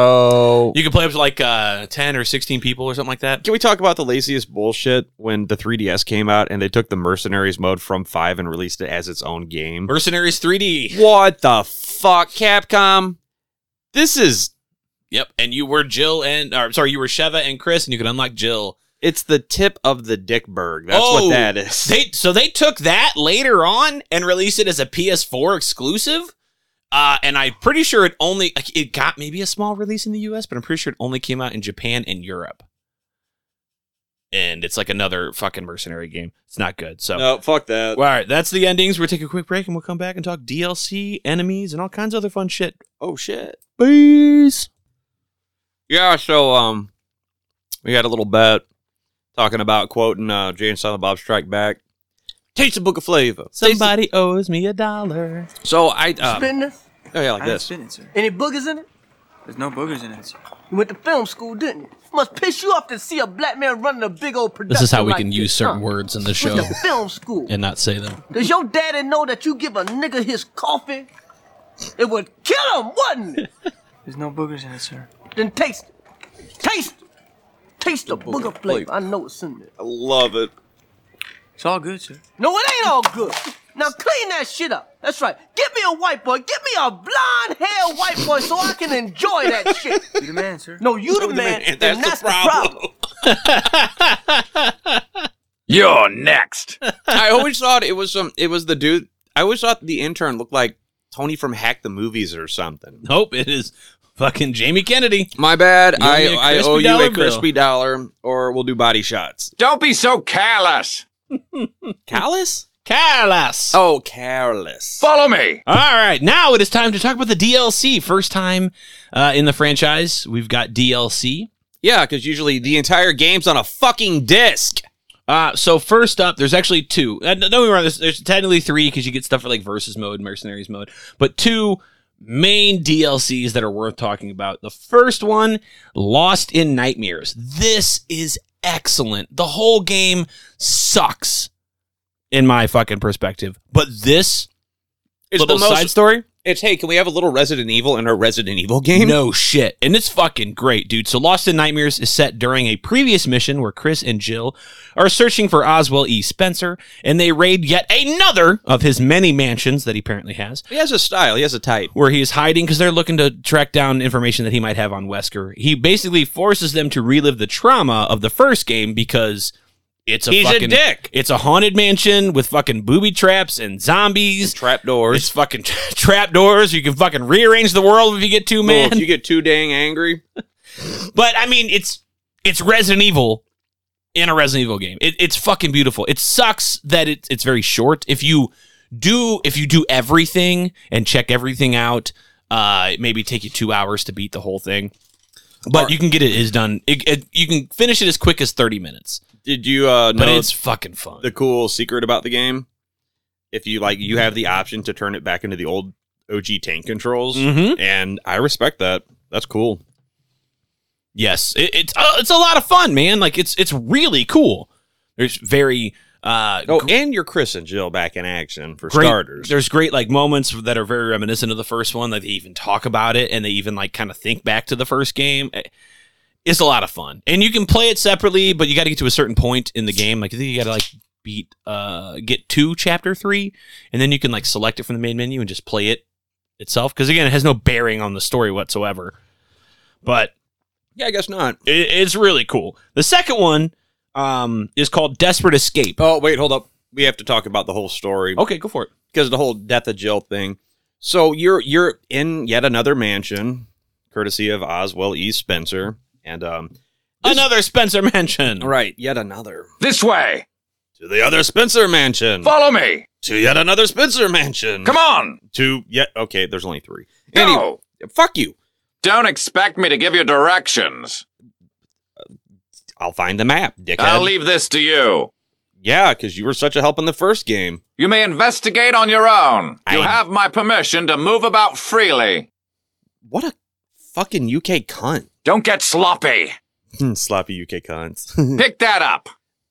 Speaker 4: Oh.
Speaker 3: You could play up to like uh, ten or sixteen people or something like that.
Speaker 4: Can we talk about the laziest bullshit when the 3DS came out and they took the Mercenaries mode from 5 and released it as its own game?
Speaker 3: Mercenaries 3D.
Speaker 4: What the fuck, Capcom? This is
Speaker 3: Yep, and you were Jill and or sorry, you were Sheva and Chris, and you could unlock Jill.
Speaker 4: it's the tip of the dickberg. That's
Speaker 3: Oh,
Speaker 4: what that is.
Speaker 3: They so they took that later on and released it as a PS4 exclusive. Uh, and I'm pretty sure it only like, it got maybe a small release in the US, but I'm pretty sure it only came out in Japan and Europe. And it's like another fucking mercenary game. It's not good. So
Speaker 4: [LAUGHS] no, fuck that.
Speaker 3: all right, that's the endings. We're gonna take a quick break and we'll come back and talk DLC, enemies, and all kinds of other fun shit.
Speaker 4: oh shit.
Speaker 3: Peace.
Speaker 4: Yeah, so um we got a little bet talking about quoting uh Jay and Silent Bob Strike Back. Taste the book of flavor.
Speaker 3: Somebody owes me a dollar.
Speaker 4: So I uh,
Speaker 6: Spin this?
Speaker 4: oh yeah,
Speaker 6: I
Speaker 4: like
Speaker 6: didn't
Speaker 4: this. [LAUGHS]
Speaker 6: spin it, sir. Any boogers in it? There's no boogers in it, sir. You went to film school, didn't you? Must piss you off to see a black man running a big old production.
Speaker 3: This is how we
Speaker 6: like
Speaker 3: can
Speaker 6: this,
Speaker 3: use certain
Speaker 6: huh?
Speaker 3: words in the
Speaker 6: Went [LAUGHS]
Speaker 3: show
Speaker 6: to film school.
Speaker 3: and not say them.
Speaker 6: Does your daddy know that you give a nigga his coffee? It would kill him, wouldn't it?
Speaker 7: There's no boogers in it, sir.
Speaker 6: Then taste it. Taste it. Taste the, booger, flavor. I know it's in there.
Speaker 4: I love it.
Speaker 7: It's all good, sir.
Speaker 6: No, it ain't all good. Now clean that shit up. That's right. Get me a white boy. Get me a blonde hair white boy so I can
Speaker 7: [LAUGHS]
Speaker 6: enjoy that shit.
Speaker 7: You the man, sir.
Speaker 6: No, you the man, and that's, the, problem.
Speaker 2: You're next.
Speaker 4: I always thought it was some. It was the dude. I always thought the intern looked [LAUGHS] like Tony from Hack the Movies or something.
Speaker 3: Nope, it is fucking Jamie Kennedy.
Speaker 4: My bad.
Speaker 3: You owe
Speaker 4: I
Speaker 3: me a
Speaker 4: I
Speaker 3: crispy
Speaker 4: owe you
Speaker 3: dollar
Speaker 4: a
Speaker 3: bill.
Speaker 4: crispy dollar, or we'll do body shots.
Speaker 2: Don't be so careless.
Speaker 4: Callous?
Speaker 3: Careless.
Speaker 4: Oh, careless.
Speaker 2: Follow me.
Speaker 3: All right, now it is time to talk about the DLC. First time uh, in the franchise, we've got DLC.
Speaker 4: Yeah, because usually the entire game's on a fucking disc.
Speaker 3: Uh, so first up, there's actually two. Uh, no, we wrong. There's, there's technically three because you get stuff for like versus mode, mercenaries mode, but two main DLCs that are worth talking about. The first one, Lost in Nightmares. This is excellent. The whole game sucks in my fucking perspective, but this
Speaker 4: It's
Speaker 3: little side story.
Speaker 4: It's hey, can we have a little Resident Evil in our Resident Evil game?
Speaker 3: No shit. And it's fucking great, dude. So Lost in Nightmares is set during a previous mission where Chris and Jill are searching for Oswell E. Spencer, and they raid yet another of his many mansions that he apparently has,
Speaker 4: He has a style. He has a type.
Speaker 3: where he is hiding because they're looking to track down information that he might have on Wesker. He basically forces them to relive the trauma of the first game because it's a
Speaker 4: He's a
Speaker 3: fucking
Speaker 4: dick.
Speaker 3: It's a haunted mansion with fucking booby traps and zombies.
Speaker 4: Trapdoors.
Speaker 3: It's fucking [LAUGHS] trap doors. You can fucking rearrange the world if you get too
Speaker 4: Well,
Speaker 3: mad.
Speaker 4: if you get too dang angry,
Speaker 3: But I mean, it's it's Resident Evil in a Resident Evil game. It, it's fucking beautiful. It sucks that it, it's very short. If you do if you do everything and check everything out, uh, it maybe take you two hours to beat the whole thing. But you can get it is done. It, it, you can finish it as quick as thirty minutes.
Speaker 4: did you uh,
Speaker 3: But
Speaker 4: know
Speaker 3: it's fucking fun.
Speaker 4: the cool secret about the game? If you like, you have the option to turn it back into the old OG tank controls,
Speaker 3: Mhm.
Speaker 4: and I respect that. That's cool.
Speaker 3: Yes, it, it's uh, it's a lot of fun, man. Like it's it's really cool. There's very uh,
Speaker 4: Oh, and you're Chris and Jill back in action for
Speaker 3: great,
Speaker 4: starters.
Speaker 3: There's great like moments that are very reminiscent of the first one. That they even talk about it, and they even like kind of think back to the first game. Eh, It's a lot of fun, and you can play it separately, but you got to get to a certain point in the game. Like I think you got to like beat uh get to chapter three, and then you can like select it from the main menu and just play it itself. Because again, it has no bearing on the story whatsoever. But
Speaker 4: Yeah, I guess not.
Speaker 3: it, it's really cool. The second one um is called Desperate Escape.
Speaker 4: Oh, wait, hold up. We have to talk about the whole story.
Speaker 3: Okay, go for it.
Speaker 4: because the whole death of Jill thing. So you're you're in yet another mansion, courtesy of Oswell E. Spencer, and um,
Speaker 3: Another Spencer Mansion.
Speaker 4: right, yet another
Speaker 2: This way.
Speaker 4: to the other Spencer mansion,
Speaker 2: Follow me.
Speaker 4: to yet another Spencer mansion.
Speaker 2: Come on.
Speaker 4: to yet okay, there's only three.
Speaker 2: Go.
Speaker 4: Anyway, fuck you.
Speaker 2: Don't expect me to give you directions.
Speaker 4: I'll find the map, dickhead.
Speaker 2: I'll leave this to you.
Speaker 4: yeah, because you were such a help in the first game.
Speaker 2: You may investigate on your own. You
Speaker 4: I-
Speaker 2: have my permission to move about freely.
Speaker 4: What a fucking UK cunt. [LAUGHS]
Speaker 2: Don't get sloppy.
Speaker 4: Sloppy UK cunts. [LAUGHS]
Speaker 2: Pick that up.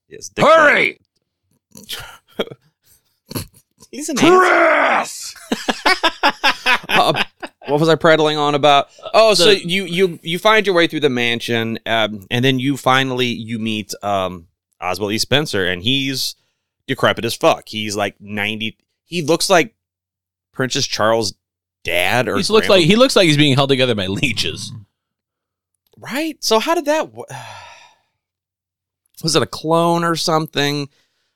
Speaker 4: yes, dickhead.
Speaker 2: Hurry!
Speaker 4: He's an asshole.
Speaker 2: Chris!
Speaker 4: Uh, what was I prattling on about? Oh, so
Speaker 3: The-
Speaker 4: you you you find your way through the mansion, um, and then you finally you meet um, Oswald E. Spencer, and he's decrepit as fuck. He's like ninety. He looks like Princess Charles' dad, or
Speaker 3: He looks like he looks like he's being held together by leeches.
Speaker 4: right. So how did that? W- [SIGHS] was it a clone or something?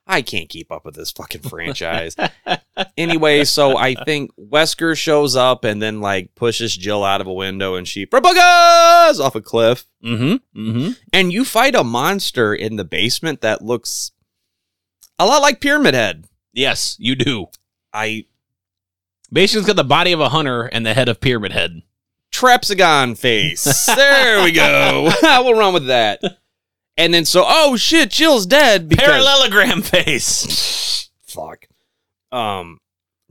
Speaker 4: I can't keep up with this fucking franchise. anyway, so I think Wesker shows up and then like pushes Jill out of a window and she propagas off a cliff.
Speaker 3: Mm-hmm. Mm-hmm.
Speaker 4: And you fight a monster in the basement that looks a lot like Pyramid Head.
Speaker 3: Yes, you do.
Speaker 4: I
Speaker 3: Basically, it's got the body of a hunter and the head of Pyramid Head.
Speaker 4: Trapsagon face. there we go. [LAUGHS] we'll run with that. And then so oh shit, Jill's dead because
Speaker 3: Parallelogram face.
Speaker 4: fuck. Um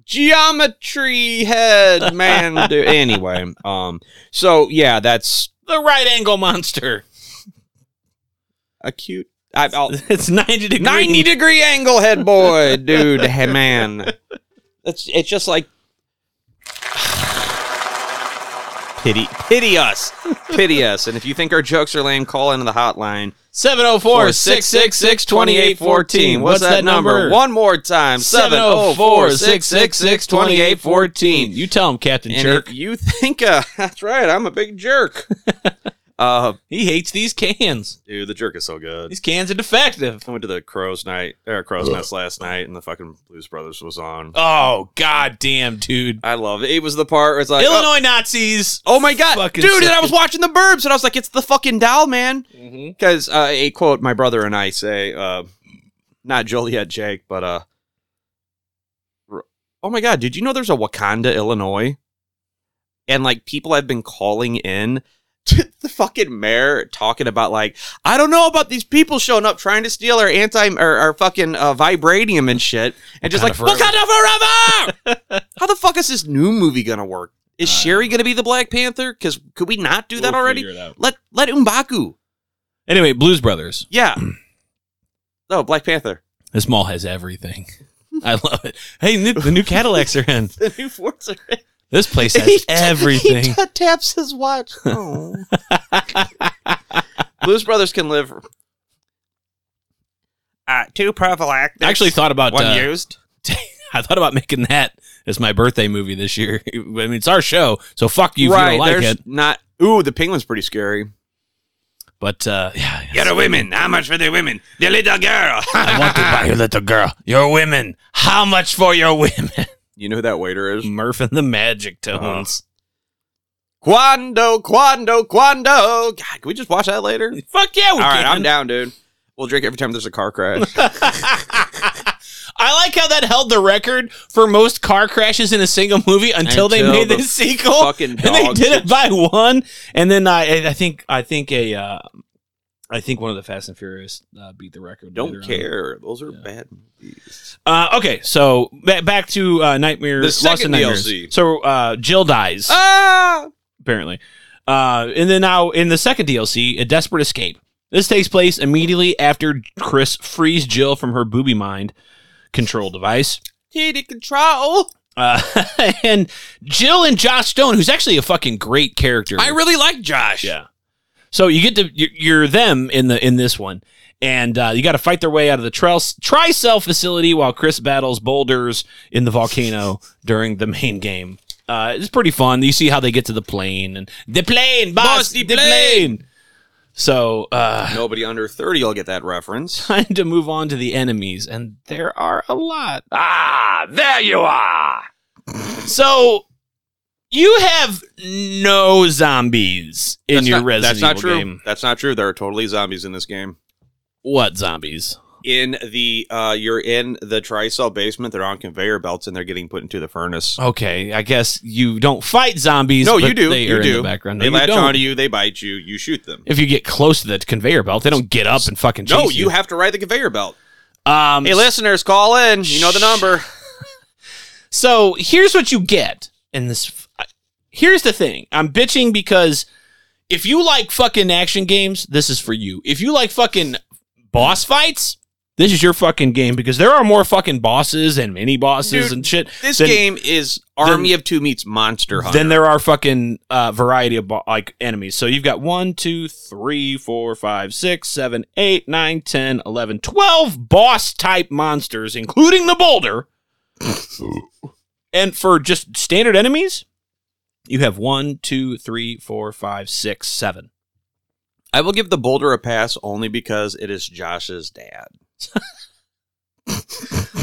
Speaker 4: geometry [LAUGHS] head man dude. anyway um so yeah that's
Speaker 3: The right angle monster.
Speaker 4: acute. I, I'll,
Speaker 3: It's 90 degrees.
Speaker 4: 90 degree angle head [LAUGHS] boy, dude. Hey, man. It's, it's just like. Pity, pity us. Pity us. And if you think our jokes are lame, call into the hotline.
Speaker 3: 704 666 2814.
Speaker 4: What's that number? oh One more time.
Speaker 3: 704
Speaker 4: 704
Speaker 3: 666 2814. You tell him, Captain
Speaker 4: And
Speaker 3: Jerk.
Speaker 4: if you think, uh, [LAUGHS] that's right, I'm a big jerk. uh,
Speaker 3: he hates these cans.
Speaker 4: dude, the jerk is so good.
Speaker 3: These cans are defective.
Speaker 4: I went to the Crow's night, or Crow's Nest last night, and the fucking Blues Brothers was on.
Speaker 3: Oh, god damn, dude.
Speaker 4: I love it. It was the part where it's like
Speaker 3: Illinois Nazis.
Speaker 4: Oh, oh my god,
Speaker 3: Fucking
Speaker 4: dude! And I was
Speaker 3: suck.
Speaker 4: watching The Burbs, and I was like, "It's the fucking doll man,"
Speaker 3: Mm-hmm.
Speaker 4: because uh, a quote my brother and I say, uh, not Joliet Jake, but uh, r- oh my god, did you know there's a Wakanda, Illinois, and like people have been calling in the fucking mayor talking about like I don't know about these people showing up trying to steal our anti or our fucking uh, vibranium and shit, and just like
Speaker 3: Wakanda
Speaker 4: Wakanda
Speaker 3: [LAUGHS]
Speaker 4: forever. How the fuck is this new movie gonna work? Is Sherry gonna be the Black Panther? Because could we not do that
Speaker 3: We'll
Speaker 4: already?
Speaker 3: figure it out.
Speaker 4: Let let Umbaku.
Speaker 3: Anyway, Blues Brothers. [CLEARS THROAT]
Speaker 4: Yeah. no,
Speaker 3: [LAUGHS]
Speaker 4: Black Panther.
Speaker 3: This mall has everything. [LAUGHS] I love it. Hey, new, the new Cadillacs are in.
Speaker 4: The new Forza.
Speaker 3: This place has
Speaker 4: [LAUGHS] He
Speaker 3: everything.
Speaker 4: t- taps his
Speaker 3: [LAUGHS]
Speaker 4: watch. Oh. Blues Brothers can live. Uh, two prophylactics.
Speaker 3: I actually thought about
Speaker 4: one
Speaker 3: uh, [LAUGHS]
Speaker 4: used.
Speaker 3: I thought about making that as my birthday movie this year. [LAUGHS] I mean, it's our show, so fuck you if you don't like
Speaker 4: there's
Speaker 3: it.
Speaker 4: not. Ooh, the penguin's pretty scary.
Speaker 3: But uh, yeah,
Speaker 4: Get a women. How much for the women? The little girl. [LAUGHS]
Speaker 3: I want to buy your little girl, your women. How much for your women? [LAUGHS]
Speaker 4: you know who that waiter is?
Speaker 3: Murph and the Magic Tones.
Speaker 4: Oh. Quando, Quando, Quando. God, can we just watch
Speaker 3: [LAUGHS]
Speaker 4: that later?
Speaker 3: Fuck yeah, we
Speaker 4: All right,
Speaker 3: can.
Speaker 4: I'm down, dude. We'll drink every time there's a car
Speaker 3: [LAUGHS]
Speaker 4: crash.
Speaker 3: I like how that held the record for most car crashes in a single movie until, they
Speaker 4: Until
Speaker 3: made
Speaker 4: the
Speaker 3: this sequel, [LAUGHS]
Speaker 4: fucking
Speaker 3: and they
Speaker 4: dog
Speaker 3: did it
Speaker 4: shit.
Speaker 3: by one. And then I, I think, I think a, uh, I think one of the Fast and Furious uh, beat the record.
Speaker 4: Don't
Speaker 3: later on.
Speaker 4: care. Those are bad movies.
Speaker 3: Uh, okay, so ba- back to uh, Nightmare.
Speaker 4: The
Speaker 3: Lost in
Speaker 4: second
Speaker 3: Nightmares.
Speaker 4: DLC.
Speaker 3: So uh, Jill dies
Speaker 4: Ah!
Speaker 3: apparently, uh, and then now in the second DLC, a desperate escape. This takes place immediately after Chris frees Jill from her booby mind control device.
Speaker 4: Titty control.
Speaker 3: Uh, [LAUGHS] and Jill and Josh Stone, who's actually a fucking great character.
Speaker 4: I really like Josh.
Speaker 3: Yeah. So you get to you're, you're them in the in this one, and uh, you got to fight their way out of the tri tricell facility while Chris battles boulders in the volcano [LAUGHS] during the main game. Uh, it's pretty fun. You see how they get to the plane and the plane, boss,
Speaker 4: Boss, the
Speaker 3: the plane. So uh, [LAUGHS]
Speaker 4: [LAUGHS] Nobody under 30 will get that reference.
Speaker 3: time to move on to the enemies, and there are a lot.
Speaker 2: Ah, there you are.
Speaker 3: So you have no zombies [LAUGHS] in
Speaker 4: That's
Speaker 3: your
Speaker 4: not-
Speaker 3: Resident
Speaker 4: That's not
Speaker 3: Evil
Speaker 4: true.
Speaker 3: game.
Speaker 4: That's not true. There are totally zombies in this game.
Speaker 3: What zombies?
Speaker 4: In the uh you're in the tricell basement, they're on conveyor belts and they're getting put into the furnace.
Speaker 3: Okay, I guess you don't fight zombies.
Speaker 4: no,
Speaker 3: but
Speaker 4: you do.
Speaker 3: They
Speaker 4: you
Speaker 3: are
Speaker 4: do.
Speaker 3: in the background. No,
Speaker 4: They
Speaker 3: you
Speaker 4: latch
Speaker 3: don't.
Speaker 4: onto you, they bite you, you shoot them.
Speaker 3: If you get close to the conveyor belt, they don't get up and fucking chase
Speaker 4: No, you have to ride the conveyor belt.
Speaker 3: um,
Speaker 4: Hey listeners, call in. You know the number.
Speaker 3: so here's what you get in this. Here's the thing. I'm bitching because if you like fucking action games, this is for you. If you like fucking boss fights. This is your fucking game because there are more fucking bosses and mini bosses
Speaker 4: Dude,
Speaker 3: and shit.
Speaker 4: This
Speaker 3: than-
Speaker 4: game is Army of Two meets Monster Hunter.
Speaker 3: Then there are fucking uh, variety of bo- like enemies. So you've got one, two, three, four, five, six, seven, eight, nine, ten, eleven, twelve boss type monsters, including the boulder. and for just standard enemies, you have one, two, three, four, five, six, seven.
Speaker 4: I will give the boulder a pass only because it is Josh's dad.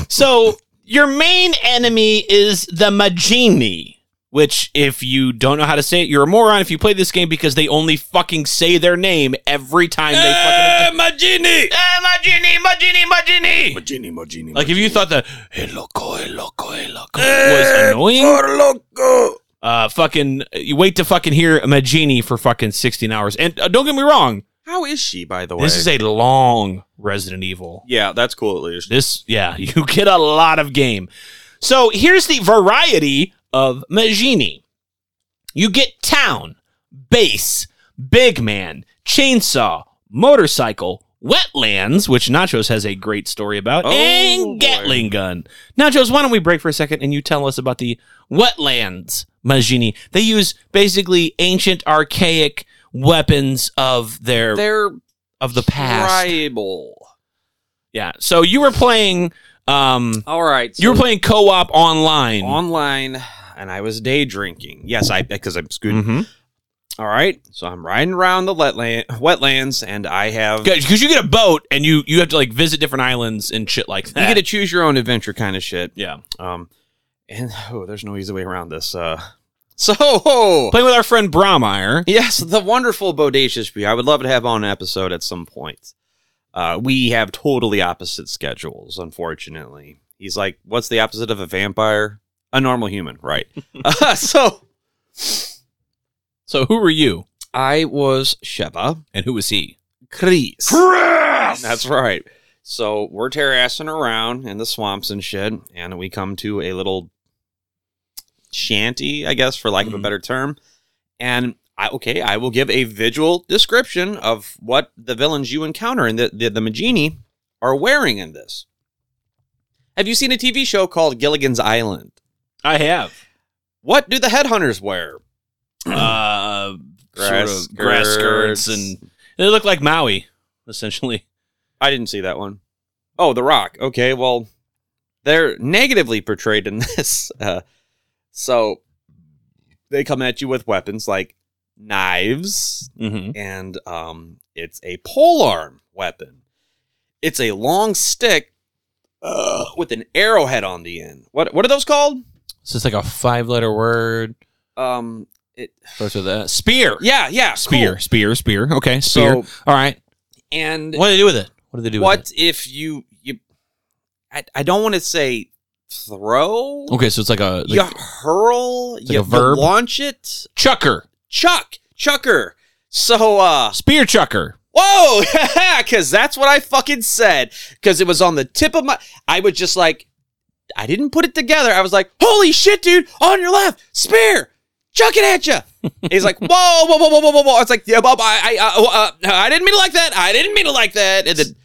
Speaker 3: So your main enemy is the Majini, which, if you don't know how to say it, you're a moron if you play this game because they only fucking say their name every time they fucking. Majini! Majini! Majini! Majini!
Speaker 1: Magini, Magini.
Speaker 3: Like if you thought the "Eh, loco, eh, loco, eh, loco" was annoying, uh, fucking, you wait to fucking hear Majini for fucking sixteen hours. And uh, don't get me wrong,
Speaker 4: How is she, by the way?
Speaker 3: this is a long Resident Evil.
Speaker 4: yeah, that's cool at least.
Speaker 3: This, yeah, [LAUGHS] you get a lot of game. So here's the variety of Majini. You get town, base, big man, chainsaw, motorcycle, wetlands, which Nachos has a great story about,
Speaker 4: Oh,
Speaker 3: and
Speaker 4: boy.
Speaker 3: Gatling gun. Nachos, why don't we break for a second and you tell us about the wetlands Majini? They use basically ancient, archaic weapons of their
Speaker 4: They're
Speaker 3: of the past.
Speaker 4: tribal.
Speaker 3: Yeah. So you were playing um
Speaker 4: All right.
Speaker 3: you were
Speaker 4: so
Speaker 3: playing co-op online.
Speaker 4: online, and I was day drinking. Yes, I because I'm scooting.
Speaker 3: Mm-hmm.
Speaker 4: All right, so I'm riding around the wetland, wetlands, and I have
Speaker 3: Because you get a boat and you you have to like visit different islands and shit like that.
Speaker 4: you get
Speaker 3: [LAUGHS]
Speaker 4: to choose your own adventure kind of shit.
Speaker 3: yeah.
Speaker 4: Um, and oh, there's no easy way around this. Uh, [LAUGHS] so
Speaker 3: Playing with our friend Brahmeyer.
Speaker 4: Yes, the wonderful Bodacious View. I would love to have on an episode at some point. Uh, we have totally opposite schedules, unfortunately. He's like, what's the opposite of a vampire? A normal human, right? Uh, so
Speaker 3: So who were you?
Speaker 4: I was Sheba
Speaker 3: And who was he?
Speaker 4: Kreese.
Speaker 2: Chris!
Speaker 4: That's right. So we're terracing around in the swamps and shit, and we come to a little shanty, I guess, for lack of
Speaker 3: Mm-hmm.
Speaker 4: a better term. And I okay, I will give a visual description of what the villains you encounter and the the, the Magini are wearing in this. Have you seen a TV show called Gilligan's Island?
Speaker 3: I
Speaker 4: [CLEARS THROAT]
Speaker 3: have.
Speaker 4: What do the headhunters wear?
Speaker 3: uh, sort
Speaker 4: Grass
Speaker 3: of grass skirts,
Speaker 4: skirts.
Speaker 3: and they look like Maui, essentially.
Speaker 4: I didn't see that one. Oh, The Rock. Okay, well, they're negatively portrayed in [LAUGHS] this. Uh, so they come at you with weapons like knives,
Speaker 3: Mm-hmm.
Speaker 4: and um, it's a polearm weapon. It's a long stick uh, with an arrowhead on the end. What what are those called?
Speaker 3: So it's like a five-letter word.
Speaker 4: Um, it
Speaker 3: Starts with a spear.
Speaker 4: yeah yeah
Speaker 3: Spear,
Speaker 4: cool.
Speaker 3: spear, spear. Okay,
Speaker 4: So-
Speaker 3: spear. All right.
Speaker 4: and
Speaker 3: What do they do with it? What do they do with
Speaker 4: what if you you? I, I don't want to say throw.
Speaker 3: it? Okay, so it's like a like
Speaker 4: you hurl,
Speaker 3: like
Speaker 4: you
Speaker 3: a verb.
Speaker 4: launch it,
Speaker 3: chucker,
Speaker 4: chuck, chucker. So, uh,
Speaker 3: spear chucker.
Speaker 4: whoa, [LAUGHS] because that's what I fucking said. Because it was on the tip of my, I was just like, I didn't put it together. I was like, holy shit, dude, on your left, spear, chuck it at [LAUGHS] you. He's like, whoa, whoa, whoa, whoa, whoa, whoa, whoa. It's like, yeah, Bob, I, I, uh, oh, uh, I didn't mean it like that. I didn't mean it like that. And then,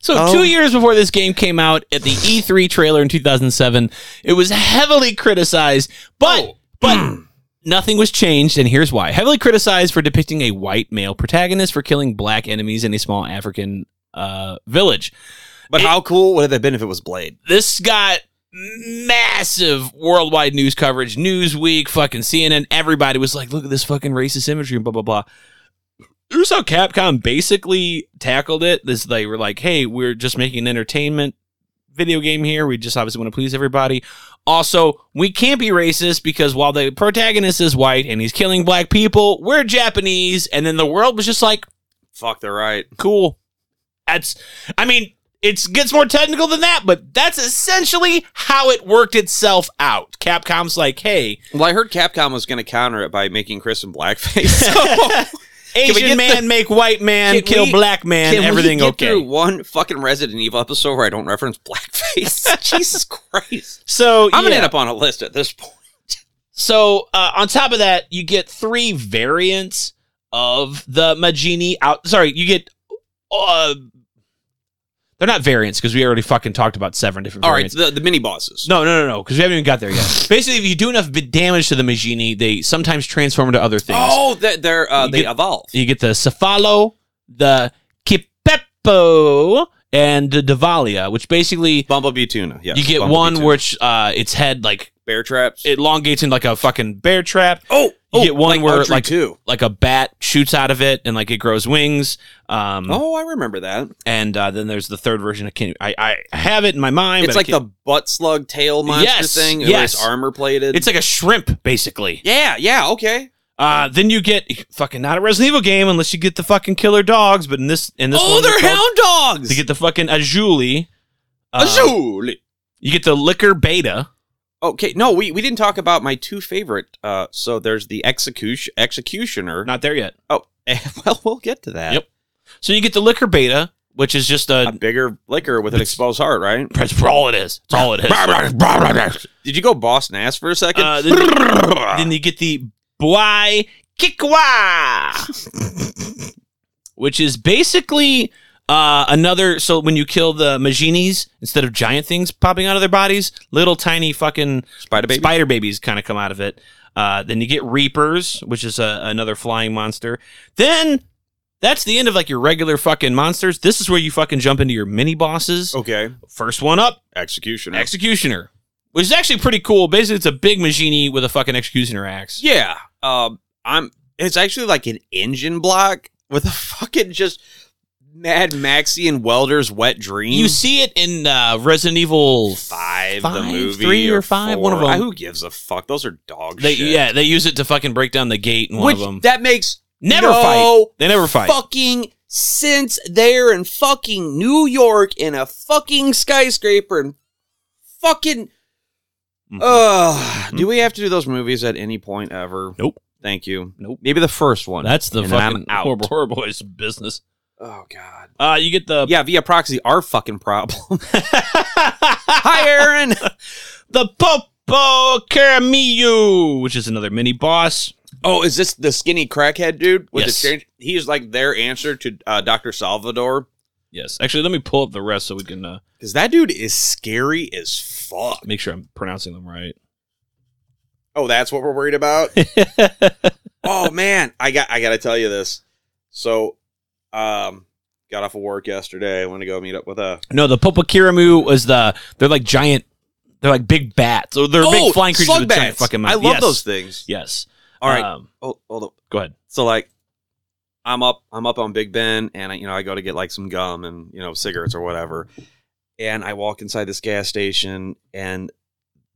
Speaker 3: So
Speaker 4: Oh.
Speaker 3: two years before this game came out at the E3 trailer in 2007, it was heavily criticized, but
Speaker 4: Oh.
Speaker 3: but nothing was changed, and here's why: heavily criticized for depicting a white male protagonist for killing black enemies in a small African uh, village.
Speaker 4: but how cool would it have been if it was Blade?
Speaker 3: This got massive worldwide news coverage. Newsweek, fucking CNN, everybody was like, "Look at this fucking racist imagery," and blah blah blah. Here's how Capcom basically tackled it. This they were like, "Hey, we're just making an entertainment video game here. We just obviously want to please everybody. Also, we can't be racist because while the protagonist is white and he's killing black people, we're Japanese." And then the world was just like,
Speaker 4: Fuck, they're right.
Speaker 3: cool. That's, I mean, it gets more technical than that, but that's essentially how it worked itself out. Capcom's like, hey,
Speaker 4: Well, I heard Capcom was going to counter it by making Chris in blackface. [LAUGHS] So.
Speaker 3: Asian
Speaker 4: get
Speaker 3: man make white man
Speaker 4: Can
Speaker 3: kill
Speaker 4: we-
Speaker 3: black man,
Speaker 4: Can we
Speaker 3: everything
Speaker 4: get
Speaker 3: okay.
Speaker 4: through one fucking Resident Evil episode where I don't
Speaker 3: [LAUGHS]
Speaker 4: reference blackface. Jesus Christ!
Speaker 3: So
Speaker 4: I'm gonna
Speaker 3: yeah.
Speaker 4: end up on a list at this point.
Speaker 3: So uh, on top of that, you get three variants of the Magini. Out, sorry, you get. Uh, they're not variants because we already fucking talked about seven different.
Speaker 4: All right,
Speaker 3: variants.
Speaker 4: the, the mini bosses.
Speaker 3: No, no, no, no, because we haven't even got there
Speaker 4: [SIGHS]
Speaker 3: yet. Basically, if you do enough bit damage to the Magini, they sometimes transform into other things.
Speaker 4: Oh, they're, they're uh,
Speaker 3: You
Speaker 4: they
Speaker 3: get-
Speaker 4: evolve.
Speaker 3: You get the Cephalo, the Kipepo, and the Devalia, which basically
Speaker 4: Bumblebee tuna. Yes,
Speaker 3: you get
Speaker 4: Bumblebee
Speaker 3: one
Speaker 4: tuna.
Speaker 3: which uh, its head like
Speaker 4: bear traps.
Speaker 3: elongates into like a fucking bear trap.
Speaker 4: oh,
Speaker 3: You get one where
Speaker 4: archery
Speaker 3: like
Speaker 4: two.
Speaker 3: like a bat shoots out of it and like it grows wings. Um,
Speaker 4: Oh, I remember that.
Speaker 3: and uh, then there's the third version. I can I I have it in my mind.
Speaker 4: It's
Speaker 3: but I
Speaker 4: like
Speaker 3: can't-
Speaker 4: the butt slug tail monster
Speaker 3: Yes,
Speaker 4: thing. where
Speaker 3: yes.
Speaker 4: it's armor plated.
Speaker 3: it's like a shrimp basically.
Speaker 4: yeah, yeah, okay.
Speaker 3: Uh, then you get fucking not a Resident Evil game unless you get the fucking killer dogs. But in this in this
Speaker 4: Oh,
Speaker 3: one,
Speaker 4: they're
Speaker 3: called-
Speaker 4: hound dogs.
Speaker 3: You get the fucking Azuli. Uh,
Speaker 4: Azul.
Speaker 3: You get the liquor beta.
Speaker 4: Okay, no, we, we didn't talk about my two favorite. Uh, so there's the execution executioner.
Speaker 3: Not there yet.
Speaker 4: Oh, [LAUGHS] well, we'll get to that.
Speaker 3: Yep. So you get the liquor beta, which is just
Speaker 4: A
Speaker 3: a.
Speaker 4: bigger liquor with an exposed heart, right?
Speaker 3: That's all it is. That's all it is.
Speaker 4: Did you go Boss Nass for a second?
Speaker 3: Uh, then, then you get the Bwai Kikwa, which is basically uh, another. So when you kill the Maginis, instead of giant things popping out of their bodies, little tiny fucking
Speaker 4: Spider baby.
Speaker 3: spider babies kind of come out of it. Uh, then you get Reapers, which is a, another flying monster. Then that's the end of like your regular fucking monsters. This is where you fucking jump into your mini bosses.
Speaker 4: okay,
Speaker 3: First one up,
Speaker 4: executioner.
Speaker 3: Executioner, which is actually pretty cool. Basically, it's a big Magini with a fucking Executioner axe.
Speaker 4: yeah, um, I'm. It's actually like an engine block with a fucking just Mad Maxi and Welder's wet dream.
Speaker 3: You see it in uh, Resident Evil
Speaker 4: five, the
Speaker 3: Mm. five,
Speaker 4: movie,
Speaker 3: three or five, one of
Speaker 4: four.
Speaker 3: them.
Speaker 4: Who gives a fuck? Those are dog
Speaker 3: They,
Speaker 4: shit.
Speaker 3: yeah, they use it to fucking break down the gate in one
Speaker 4: which
Speaker 3: of them.
Speaker 4: that makes
Speaker 3: never
Speaker 4: no
Speaker 3: fight. They never fight.
Speaker 4: Fucking since they're in fucking New York in a fucking skyscraper and
Speaker 3: Mm-hmm.
Speaker 4: fucking. Ugh. do we have to do those movies at any point ever?
Speaker 3: Nope.
Speaker 4: Thank you.
Speaker 3: Nope.
Speaker 4: Maybe the first one.
Speaker 3: That's the
Speaker 4: And then I'm
Speaker 3: fucking
Speaker 4: out.
Speaker 3: horrible, horrible [LAUGHS] ways of business.
Speaker 4: Oh God.
Speaker 3: Uh, you get the
Speaker 4: Yeah, via proxy, our
Speaker 3: [LAUGHS]
Speaker 4: fucking problem. Hi, Aaron.
Speaker 3: the Popo Caramillo, which is another mini boss.
Speaker 4: Oh, is this the skinny crackhead dude
Speaker 3: Yes.
Speaker 4: with the strange? He is like their answer to uh, Doctor Salvador
Speaker 3: Yes, actually, let me pull up the rest so we can uh,
Speaker 4: because that dude is scary as fuck.
Speaker 3: make sure I'm pronouncing them right.
Speaker 4: Oh, that's what we're worried about. oh man, I got I got to tell you this. So, um, got off of work yesterday. I want to go meet up with a
Speaker 3: No, the Popokiramu was the they're like giant, they're like big bats. So they're big flying creatures
Speaker 4: Oh, slug
Speaker 3: with giant
Speaker 4: bats.
Speaker 3: fucking mouth.
Speaker 4: I love
Speaker 3: Yes.
Speaker 4: those things.
Speaker 3: Yes.
Speaker 4: All right,
Speaker 3: Um,
Speaker 4: oh, hold up.
Speaker 3: go ahead.
Speaker 4: So like, I'm up I'm up on Big Ben, and I, you know I go to get like some gum and you know cigarettes or whatever, and I walk inside this gas station, and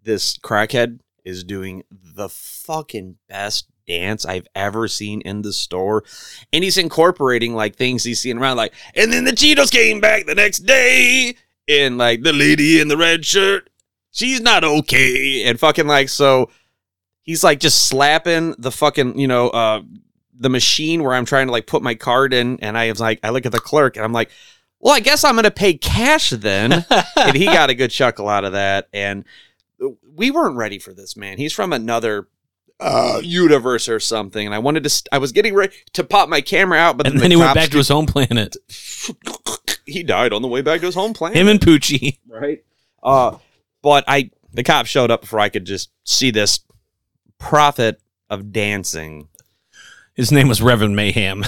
Speaker 4: this crackhead is doing the fucking best dance I've ever seen in the store. And he's incorporating like things he's seeing around, like, and then the Cheetos came back the next day. And like the lady in the red shirt, she's not okay. And fucking like so he's like just slapping the fucking, you know, uh the machine where I'm trying to like put my card in and I was like I look at the clerk and I'm like, well, I guess I'm gonna pay
Speaker 3: [LAUGHS]
Speaker 4: cash then. and he got a good chuckle out of that. And we weren't ready for this, man. He's from another uh, universe or something, and I wanted to. St- I was getting ready to pop my camera out, but
Speaker 3: And
Speaker 4: then
Speaker 3: then
Speaker 4: the
Speaker 3: he went
Speaker 4: cops
Speaker 3: back to his home planet.
Speaker 4: [LAUGHS] he died on the way back to his home planet.
Speaker 3: Him and Poochie.
Speaker 4: right? Uh, but I the cops showed up before I could just see this prophet of dancing, [LAUGHS]
Speaker 3: His name was Reverend Mayhem.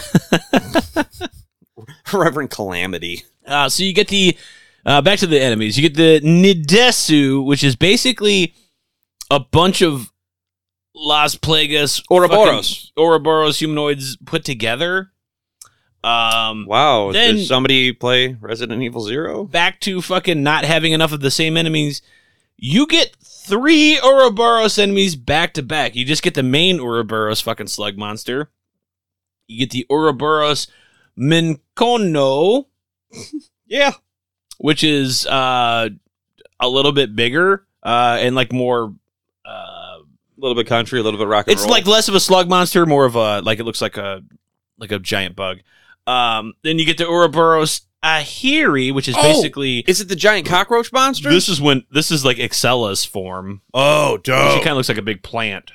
Speaker 4: Reverend Calamity.
Speaker 3: Uh, so you get the uh, back to the enemies. You get the Nidesu, which is basically a bunch of Las Plagas
Speaker 4: Ouroboros.
Speaker 3: fucking Ouroboros humanoids put together. Um,
Speaker 4: Wow!
Speaker 3: Then-
Speaker 4: did somebody play Resident Evil Zero?
Speaker 3: back to fucking not having enough of the same enemies. You get three Ouroboros enemies back to back. You just get the main Ouroboros fucking slug monster. You get the Ouroboros [LAUGHS] Minkono,
Speaker 4: Yeah.
Speaker 3: which is uh, a little bit bigger uh, and like more. Uh,
Speaker 4: A little bit country, a little bit rock and
Speaker 3: it's
Speaker 4: roll.
Speaker 3: like less of a slug monster, more of a like it looks like a like a giant bug. Um, then you get the Ouroboros Ahiri, which is
Speaker 4: Oh!
Speaker 3: basically
Speaker 4: is it the giant cockroach monster?
Speaker 3: this is when this is like Excella's form.
Speaker 4: oh,
Speaker 3: She
Speaker 4: dope.
Speaker 3: kind of looks like a big plant.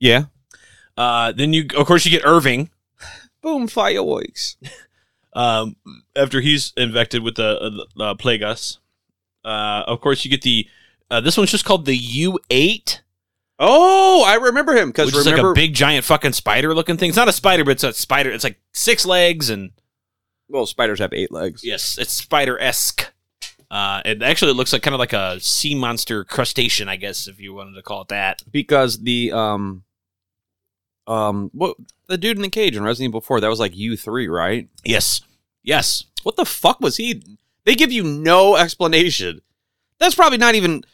Speaker 4: yeah.
Speaker 3: Uh, then you, of course, you get Irving
Speaker 4: Boom fireworks.
Speaker 3: um, after he's infected with the uh, uh, Plagueis. Uh, of course, you get the. Uh, this one's just called the U eight,
Speaker 4: Oh, I remember him because
Speaker 3: which is like
Speaker 4: remember
Speaker 3: a big giant fucking spider looking thing. It's not a spider, but it's a spider. It's like six legs and
Speaker 4: well, spiders have eight legs.
Speaker 3: yes, it's spider esque. Uh, it actually looks like kind of like a sea monster crustacean, I guess, if you wanted to call it that.
Speaker 4: because the um um what the dude in the cage in Resident Evil 4 that was like U3, right?
Speaker 3: Yes, yes.
Speaker 4: What the fuck was he? They give you no explanation. That's probably not even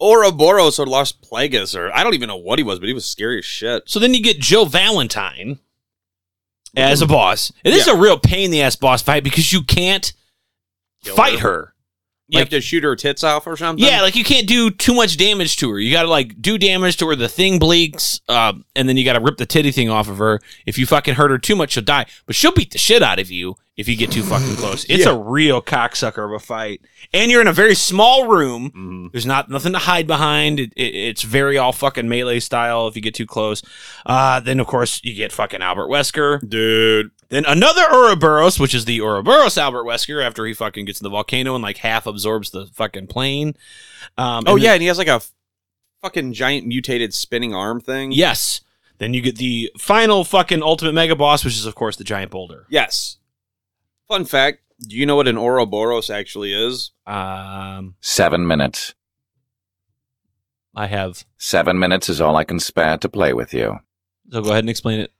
Speaker 4: Ouroboros or Las Plagas or I don't even know what he was, but he was scary as shit.
Speaker 3: So then you get Joe Valentine as a boss. And this is a real pain in the ass boss fight because you can't
Speaker 4: Kill
Speaker 3: fight her.
Speaker 4: You
Speaker 3: Like-
Speaker 4: have to shoot her tits off or something.
Speaker 3: Yeah, like you can't do too much damage to her. You got to like do damage to where the thing bleeds, um, and then you got to rip the titty thing off of her. If you fucking hurt her too much, she'll die. But she'll beat the shit out of you if you get too fucking close. It's a real cocksucker of a fight, and you're in a very small room.
Speaker 4: Mhm.
Speaker 3: There's not nothing to hide behind. It, it, it's very all fucking melee style. If you get too close, uh, then of course you get fucking Albert Wesker.
Speaker 4: dude.
Speaker 3: Then another Ouroboros, which is the Ouroboros Albert Wesker, after he fucking gets in the volcano and like half absorbs the fucking plane. Um,
Speaker 4: Oh
Speaker 3: and
Speaker 4: yeah,
Speaker 3: then-
Speaker 4: and he has like a f- fucking giant mutated spinning arm thing.
Speaker 3: yes. Then you get the final fucking ultimate mega boss, which is of course the giant boulder.
Speaker 4: Yes. Fun fact, do you know what an Ouroboros actually is? [LAUGHS]
Speaker 3: Um,
Speaker 2: Seven minutes.
Speaker 3: I have.
Speaker 2: Seven minutes is all I can spare to play with you.
Speaker 3: So go ahead and explain it.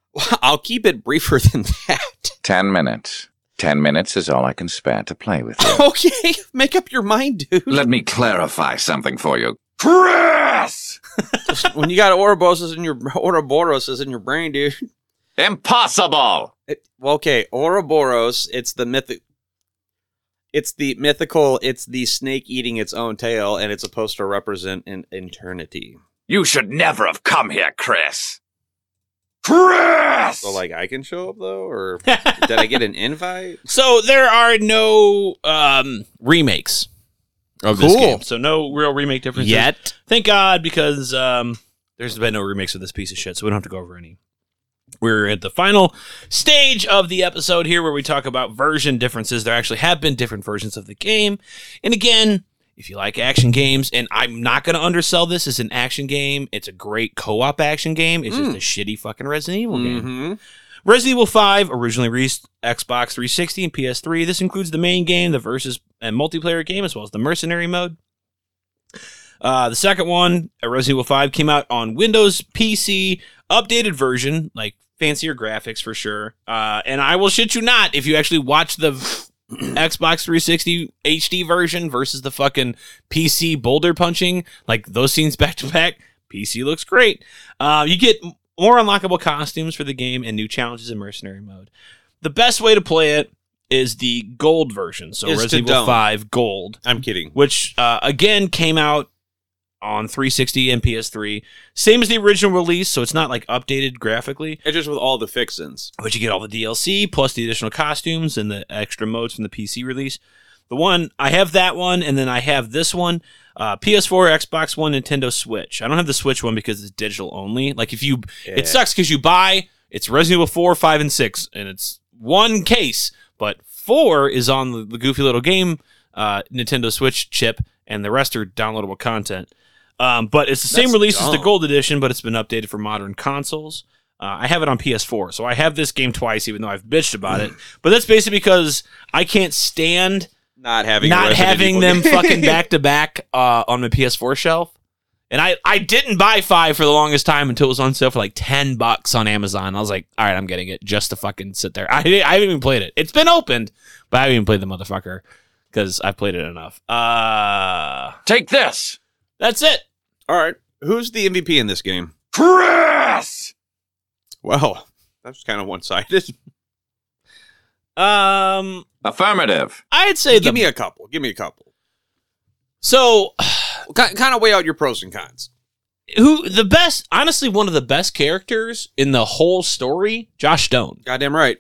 Speaker 4: I'll keep it briefer than that. [LAUGHS]
Speaker 2: Ten minutes. Ten minutes is all I can spare to play with you.
Speaker 4: okay, make up your mind, dude.
Speaker 2: Let me clarify something for you. Chris!
Speaker 4: when you got Ouroboros in your Ouroboros is in your brain, dude.
Speaker 2: Impossible!
Speaker 4: It- well, okay, Ouroboros, it's the mythic it's the mythical, it's the snake eating its own tail, and it's supposed to represent an eternity.
Speaker 2: You should never have come here, Chris.
Speaker 1: Chris!
Speaker 4: So like I can show up though, [LAUGHS] or did I get an invite?
Speaker 3: So there are no um, remakes of this
Speaker 4: Cool.
Speaker 3: game. So no real remake differences
Speaker 4: Yet.
Speaker 3: Thank God, because um, there's been no remakes of this piece of shit, so we don't have to go over any. We're at the final stage of the episode here, where we talk about version differences. There actually have been different versions of the game, and again. If you like action games, and I'm not going to undersell this, it's an action game. It's a great co-op action game. It's
Speaker 4: Hmm.
Speaker 3: just a shitty fucking Resident Evil game.
Speaker 4: Mm-hmm.
Speaker 3: Resident Evil 5 originally released Xbox 360 and PS3. This includes the main game, the versus and multiplayer game, as well as the mercenary mode. Uh, the second one, uh, Resident Evil 5, came out on Windows PC, updated version, like fancier graphics for sure. Uh, and I will shit you not, if you actually watch the [CLEARS THROAT] Xbox 360 HD version versus the fucking PC boulder punching, like those scenes [LAUGHS] back to back, PC looks great. Uh, you get m- more unlockable costumes for the game and new challenges in mercenary mode. The best way to play it is the gold version, so
Speaker 4: Is to
Speaker 3: Resident Evil
Speaker 4: don't.
Speaker 3: 5 Gold
Speaker 4: I'm kidding.
Speaker 3: which uh, again came out on 360 and PS3, same as the original release, so it's not like updated graphically.
Speaker 4: It's just with all the fixins.
Speaker 3: But you get all the DLC plus the additional costumes and the extra modes from the PC release. The one I have that one, and then I have this one: uh, PS4, Xbox One, Nintendo Switch. I don't have the Switch one because it's digital only. Like if you,
Speaker 4: Yeah.
Speaker 3: it sucks because you buy it's Resident Evil four, five, and six, and it's one case, but four is on the, the goofy little game uh, Nintendo Switch chip, and the rest are downloadable content. Um, but it's the same
Speaker 4: That's
Speaker 3: release as the
Speaker 4: dumb.
Speaker 3: Gold Edition, but it's been updated for modern consoles. Uh, I have it on PS4, so I have this game twice, even though I've bitched about
Speaker 4: [LAUGHS]
Speaker 3: it. But that's basically because I can't stand
Speaker 4: Not having a
Speaker 3: not
Speaker 4: Resident
Speaker 3: having
Speaker 4: Evil
Speaker 3: them
Speaker 4: game. [LAUGHS]
Speaker 3: fucking back to back uh, on the PS4 shelf. And I, I didn't buy five for the longest time until it was on sale for like ten bucks on Amazon. I was like, all right, I'm getting it just to fucking sit there. I I haven't even played it. It's been opened, but I haven't even played the motherfucker because I've played it enough. Uh,
Speaker 1: Take this!
Speaker 3: that's it.
Speaker 4: All right, who's the MVP in this game?
Speaker 1: Chris!
Speaker 4: Well, that's kind of one [LAUGHS] sided.
Speaker 3: Um,
Speaker 2: Affirmative.
Speaker 3: I'd say the
Speaker 4: give me a couple. Give me a couple.
Speaker 3: so
Speaker 4: Kind of weigh out your pros and cons.
Speaker 3: who the best. Honestly, one of the best characters in the whole story, Josh Stone.
Speaker 4: Goddamn right.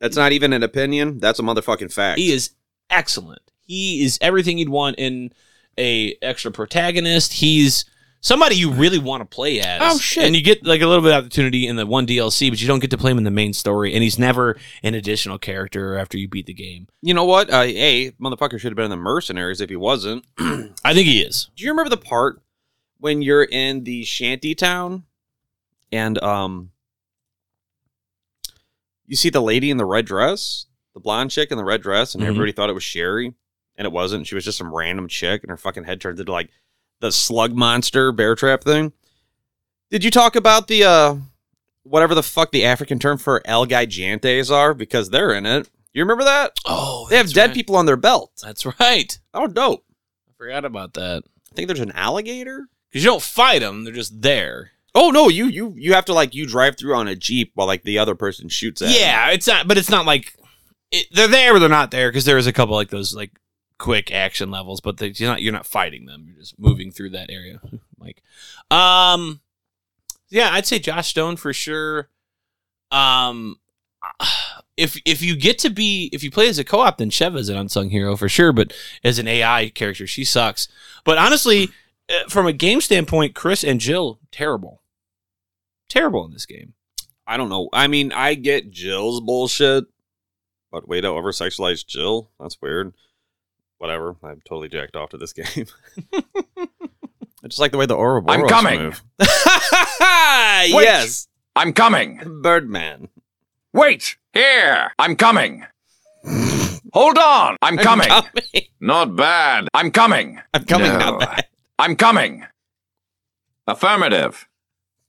Speaker 4: That's not even an opinion. That's a motherfucking fact.
Speaker 3: He is excellent. He is everything you'd want in a extra protagonist. He's somebody you really want to play as.
Speaker 4: Oh, shit.
Speaker 3: And you get like a little bit of opportunity in the one DLC, but you don't get to play him in the main story. And he's never an additional character after you beat the game.
Speaker 4: You know what? Uh, a motherfucker should have been in the mercenaries if he wasn't.
Speaker 3: I think he is.
Speaker 4: Do you remember the part when you're in the shanty town and um you see the lady in the red dress, the blonde chick in the red dress, and
Speaker 3: Mhm.
Speaker 4: everybody thought it was Sherry, and it wasn't. She was just some random chick, and her fucking head turned into like the slug monster bear trap thing. Did you talk about the uh whatever the fuck the African term for El Gigantes are? Because they're in it. You remember that?
Speaker 3: Oh,
Speaker 4: They have dead people on their belt.
Speaker 3: That's right.
Speaker 4: Oh dope.
Speaker 3: I forgot about that.
Speaker 4: I think there's an alligator.
Speaker 3: Because you don't fight them; they're just there.
Speaker 4: Oh no, you you you have to like you drive through on a jeep while like the other person shoots at. you.
Speaker 3: Yeah, it's not, but it's not like it, they're there or they're not there because there is a couple like those like quick action levels, but they, you're not you're not fighting them. You're just moving through that area, [LAUGHS] like, um, yeah, I'd say Josh Stone for sure. Um, [SIGHS] if if you get to be if you play as a co-op, then Chev is an unsung hero for sure. But as an AI character, she sucks. But honestly, uh, from a game standpoint, Chris and Jill terrible, terrible in this game.
Speaker 4: I don't know. I mean, I get Jill's
Speaker 3: [LAUGHS]
Speaker 4: bullshit, but way to over sexualize Jill. That's weird. Whatever. I'm totally jacked off to this [LAUGHS] game. I just like the way the Ouroboros
Speaker 2: I'm coming.
Speaker 4: move. yes,
Speaker 2: I'm coming.
Speaker 4: Birdman.
Speaker 2: Wait! Here! I'm coming! Hold on! I'm coming!
Speaker 4: I'm coming.
Speaker 2: Not bad. I'm coming!
Speaker 4: I'm coming.
Speaker 2: No.
Speaker 4: Not bad.
Speaker 2: I'm coming! Affirmative.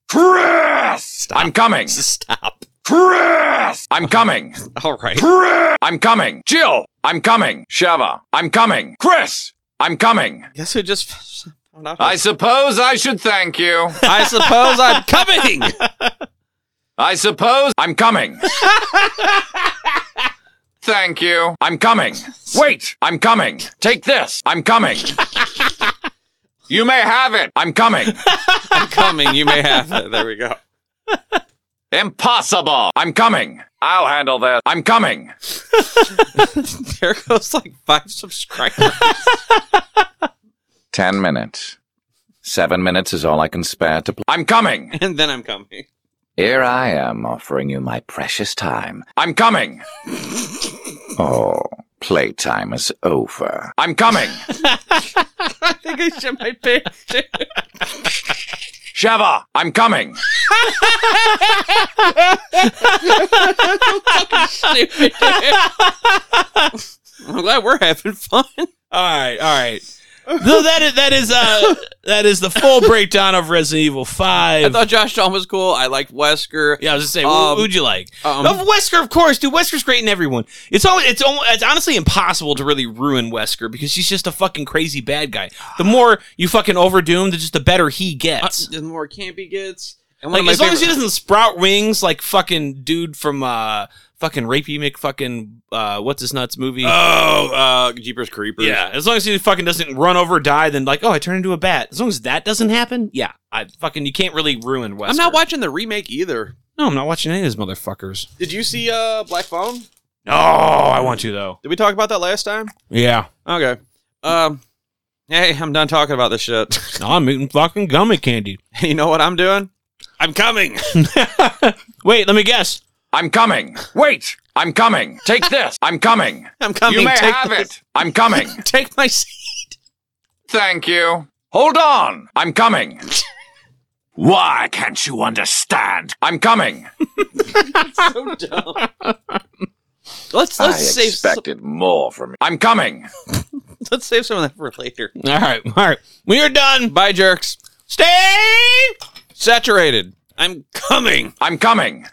Speaker 1: Chris!
Speaker 2: I'm coming!
Speaker 4: Stop.
Speaker 1: Chris!
Speaker 2: I'm coming!
Speaker 4: All right.
Speaker 1: Chris!
Speaker 2: I'm coming! Jill! I'm coming! Shava! I'm coming! Chris! I'm coming!
Speaker 4: Guess who just? I, don't know.
Speaker 2: I suppose I should
Speaker 4: [LAUGHS]
Speaker 2: thank you.
Speaker 4: I suppose I'm coming.
Speaker 2: I suppose I'm coming. Thank you. I'm coming. Wait, I'm coming. Take this.
Speaker 4: [LAUGHS]
Speaker 2: I'm coming. You may have it. I'm coming.
Speaker 4: I'm coming. You may have it. There we go.
Speaker 2: Impossible. I'm coming. I'll handle this. I'm coming.
Speaker 4: There goes like five subscribers. [LAUGHS]
Speaker 2: 10 minutes. Seven minutes is all I can spare to play. I'm coming.
Speaker 4: and then I'm coming.
Speaker 2: Here I am offering you my precious time. I'm coming. [LAUGHS] oh, playtime is over. I'm coming.
Speaker 4: [LAUGHS] I think I shit my pants.
Speaker 2: Sheva, I'm coming.
Speaker 4: I'm glad we're having fun.
Speaker 3: All right, all right. [LAUGHS] So that is that is uh that is the full breakdown of Resident Evil
Speaker 4: I
Speaker 3: Five.
Speaker 4: thought Josh John was cool. I liked Wesker.
Speaker 3: yeah, I was just saying,
Speaker 4: Um,
Speaker 3: who would you like?
Speaker 4: um,
Speaker 3: of Wesker, of course, dude. Wesker's great in everyone. It's always it's almost, it's honestly impossible to really ruin Wesker because he's just a fucking crazy bad guy. The more you fucking overdo him, the just the better he
Speaker 4: Uh,
Speaker 3: gets.
Speaker 4: the more campy gets. And
Speaker 3: like
Speaker 4: one of my
Speaker 3: as long as he
Speaker 4: favorite-
Speaker 3: doesn't sprout wings like fucking dude from uh fucking rapey Mc fucking uh what's his nuts movie.
Speaker 4: Oh, uh, Jeepers Creepers.
Speaker 3: Yeah, as long as he fucking doesn't run over, die, then like, oh, I turn into a bat. As long as that doesn't happen, yeah, I fucking you can't really ruin West.
Speaker 4: I'm not watching the remake either.
Speaker 3: No, I'm not watching any of those motherfuckers.
Speaker 4: Did you see uh, Black Phone?
Speaker 3: No, Oh, I want to though.
Speaker 4: Did we talk about that last time?
Speaker 3: Yeah,
Speaker 4: Okay. Um, hey, I'm done talking about this shit. [LAUGHS]
Speaker 3: I'm eating fucking gummy candy.
Speaker 4: you know what I'm doing? I'm coming.
Speaker 3: [LAUGHS] Wait, let me guess.
Speaker 2: I'm coming. Wait. I'm coming. Take this. I'm coming.
Speaker 4: I'm coming.
Speaker 2: You may
Speaker 4: Take
Speaker 2: have
Speaker 4: my-
Speaker 2: it. I'm coming.
Speaker 4: Take my seat.
Speaker 2: Thank you. Hold on. I'm coming. Why can't you understand? I'm coming.
Speaker 4: Let's let's save some,
Speaker 2: more from you. I'm coming.
Speaker 4: let's save some of that [LAUGHS] for later.
Speaker 3: All right, all right, we are done.
Speaker 4: Bye, jerks.
Speaker 3: Stay.
Speaker 4: Saturated. I'm coming.
Speaker 2: I'm coming.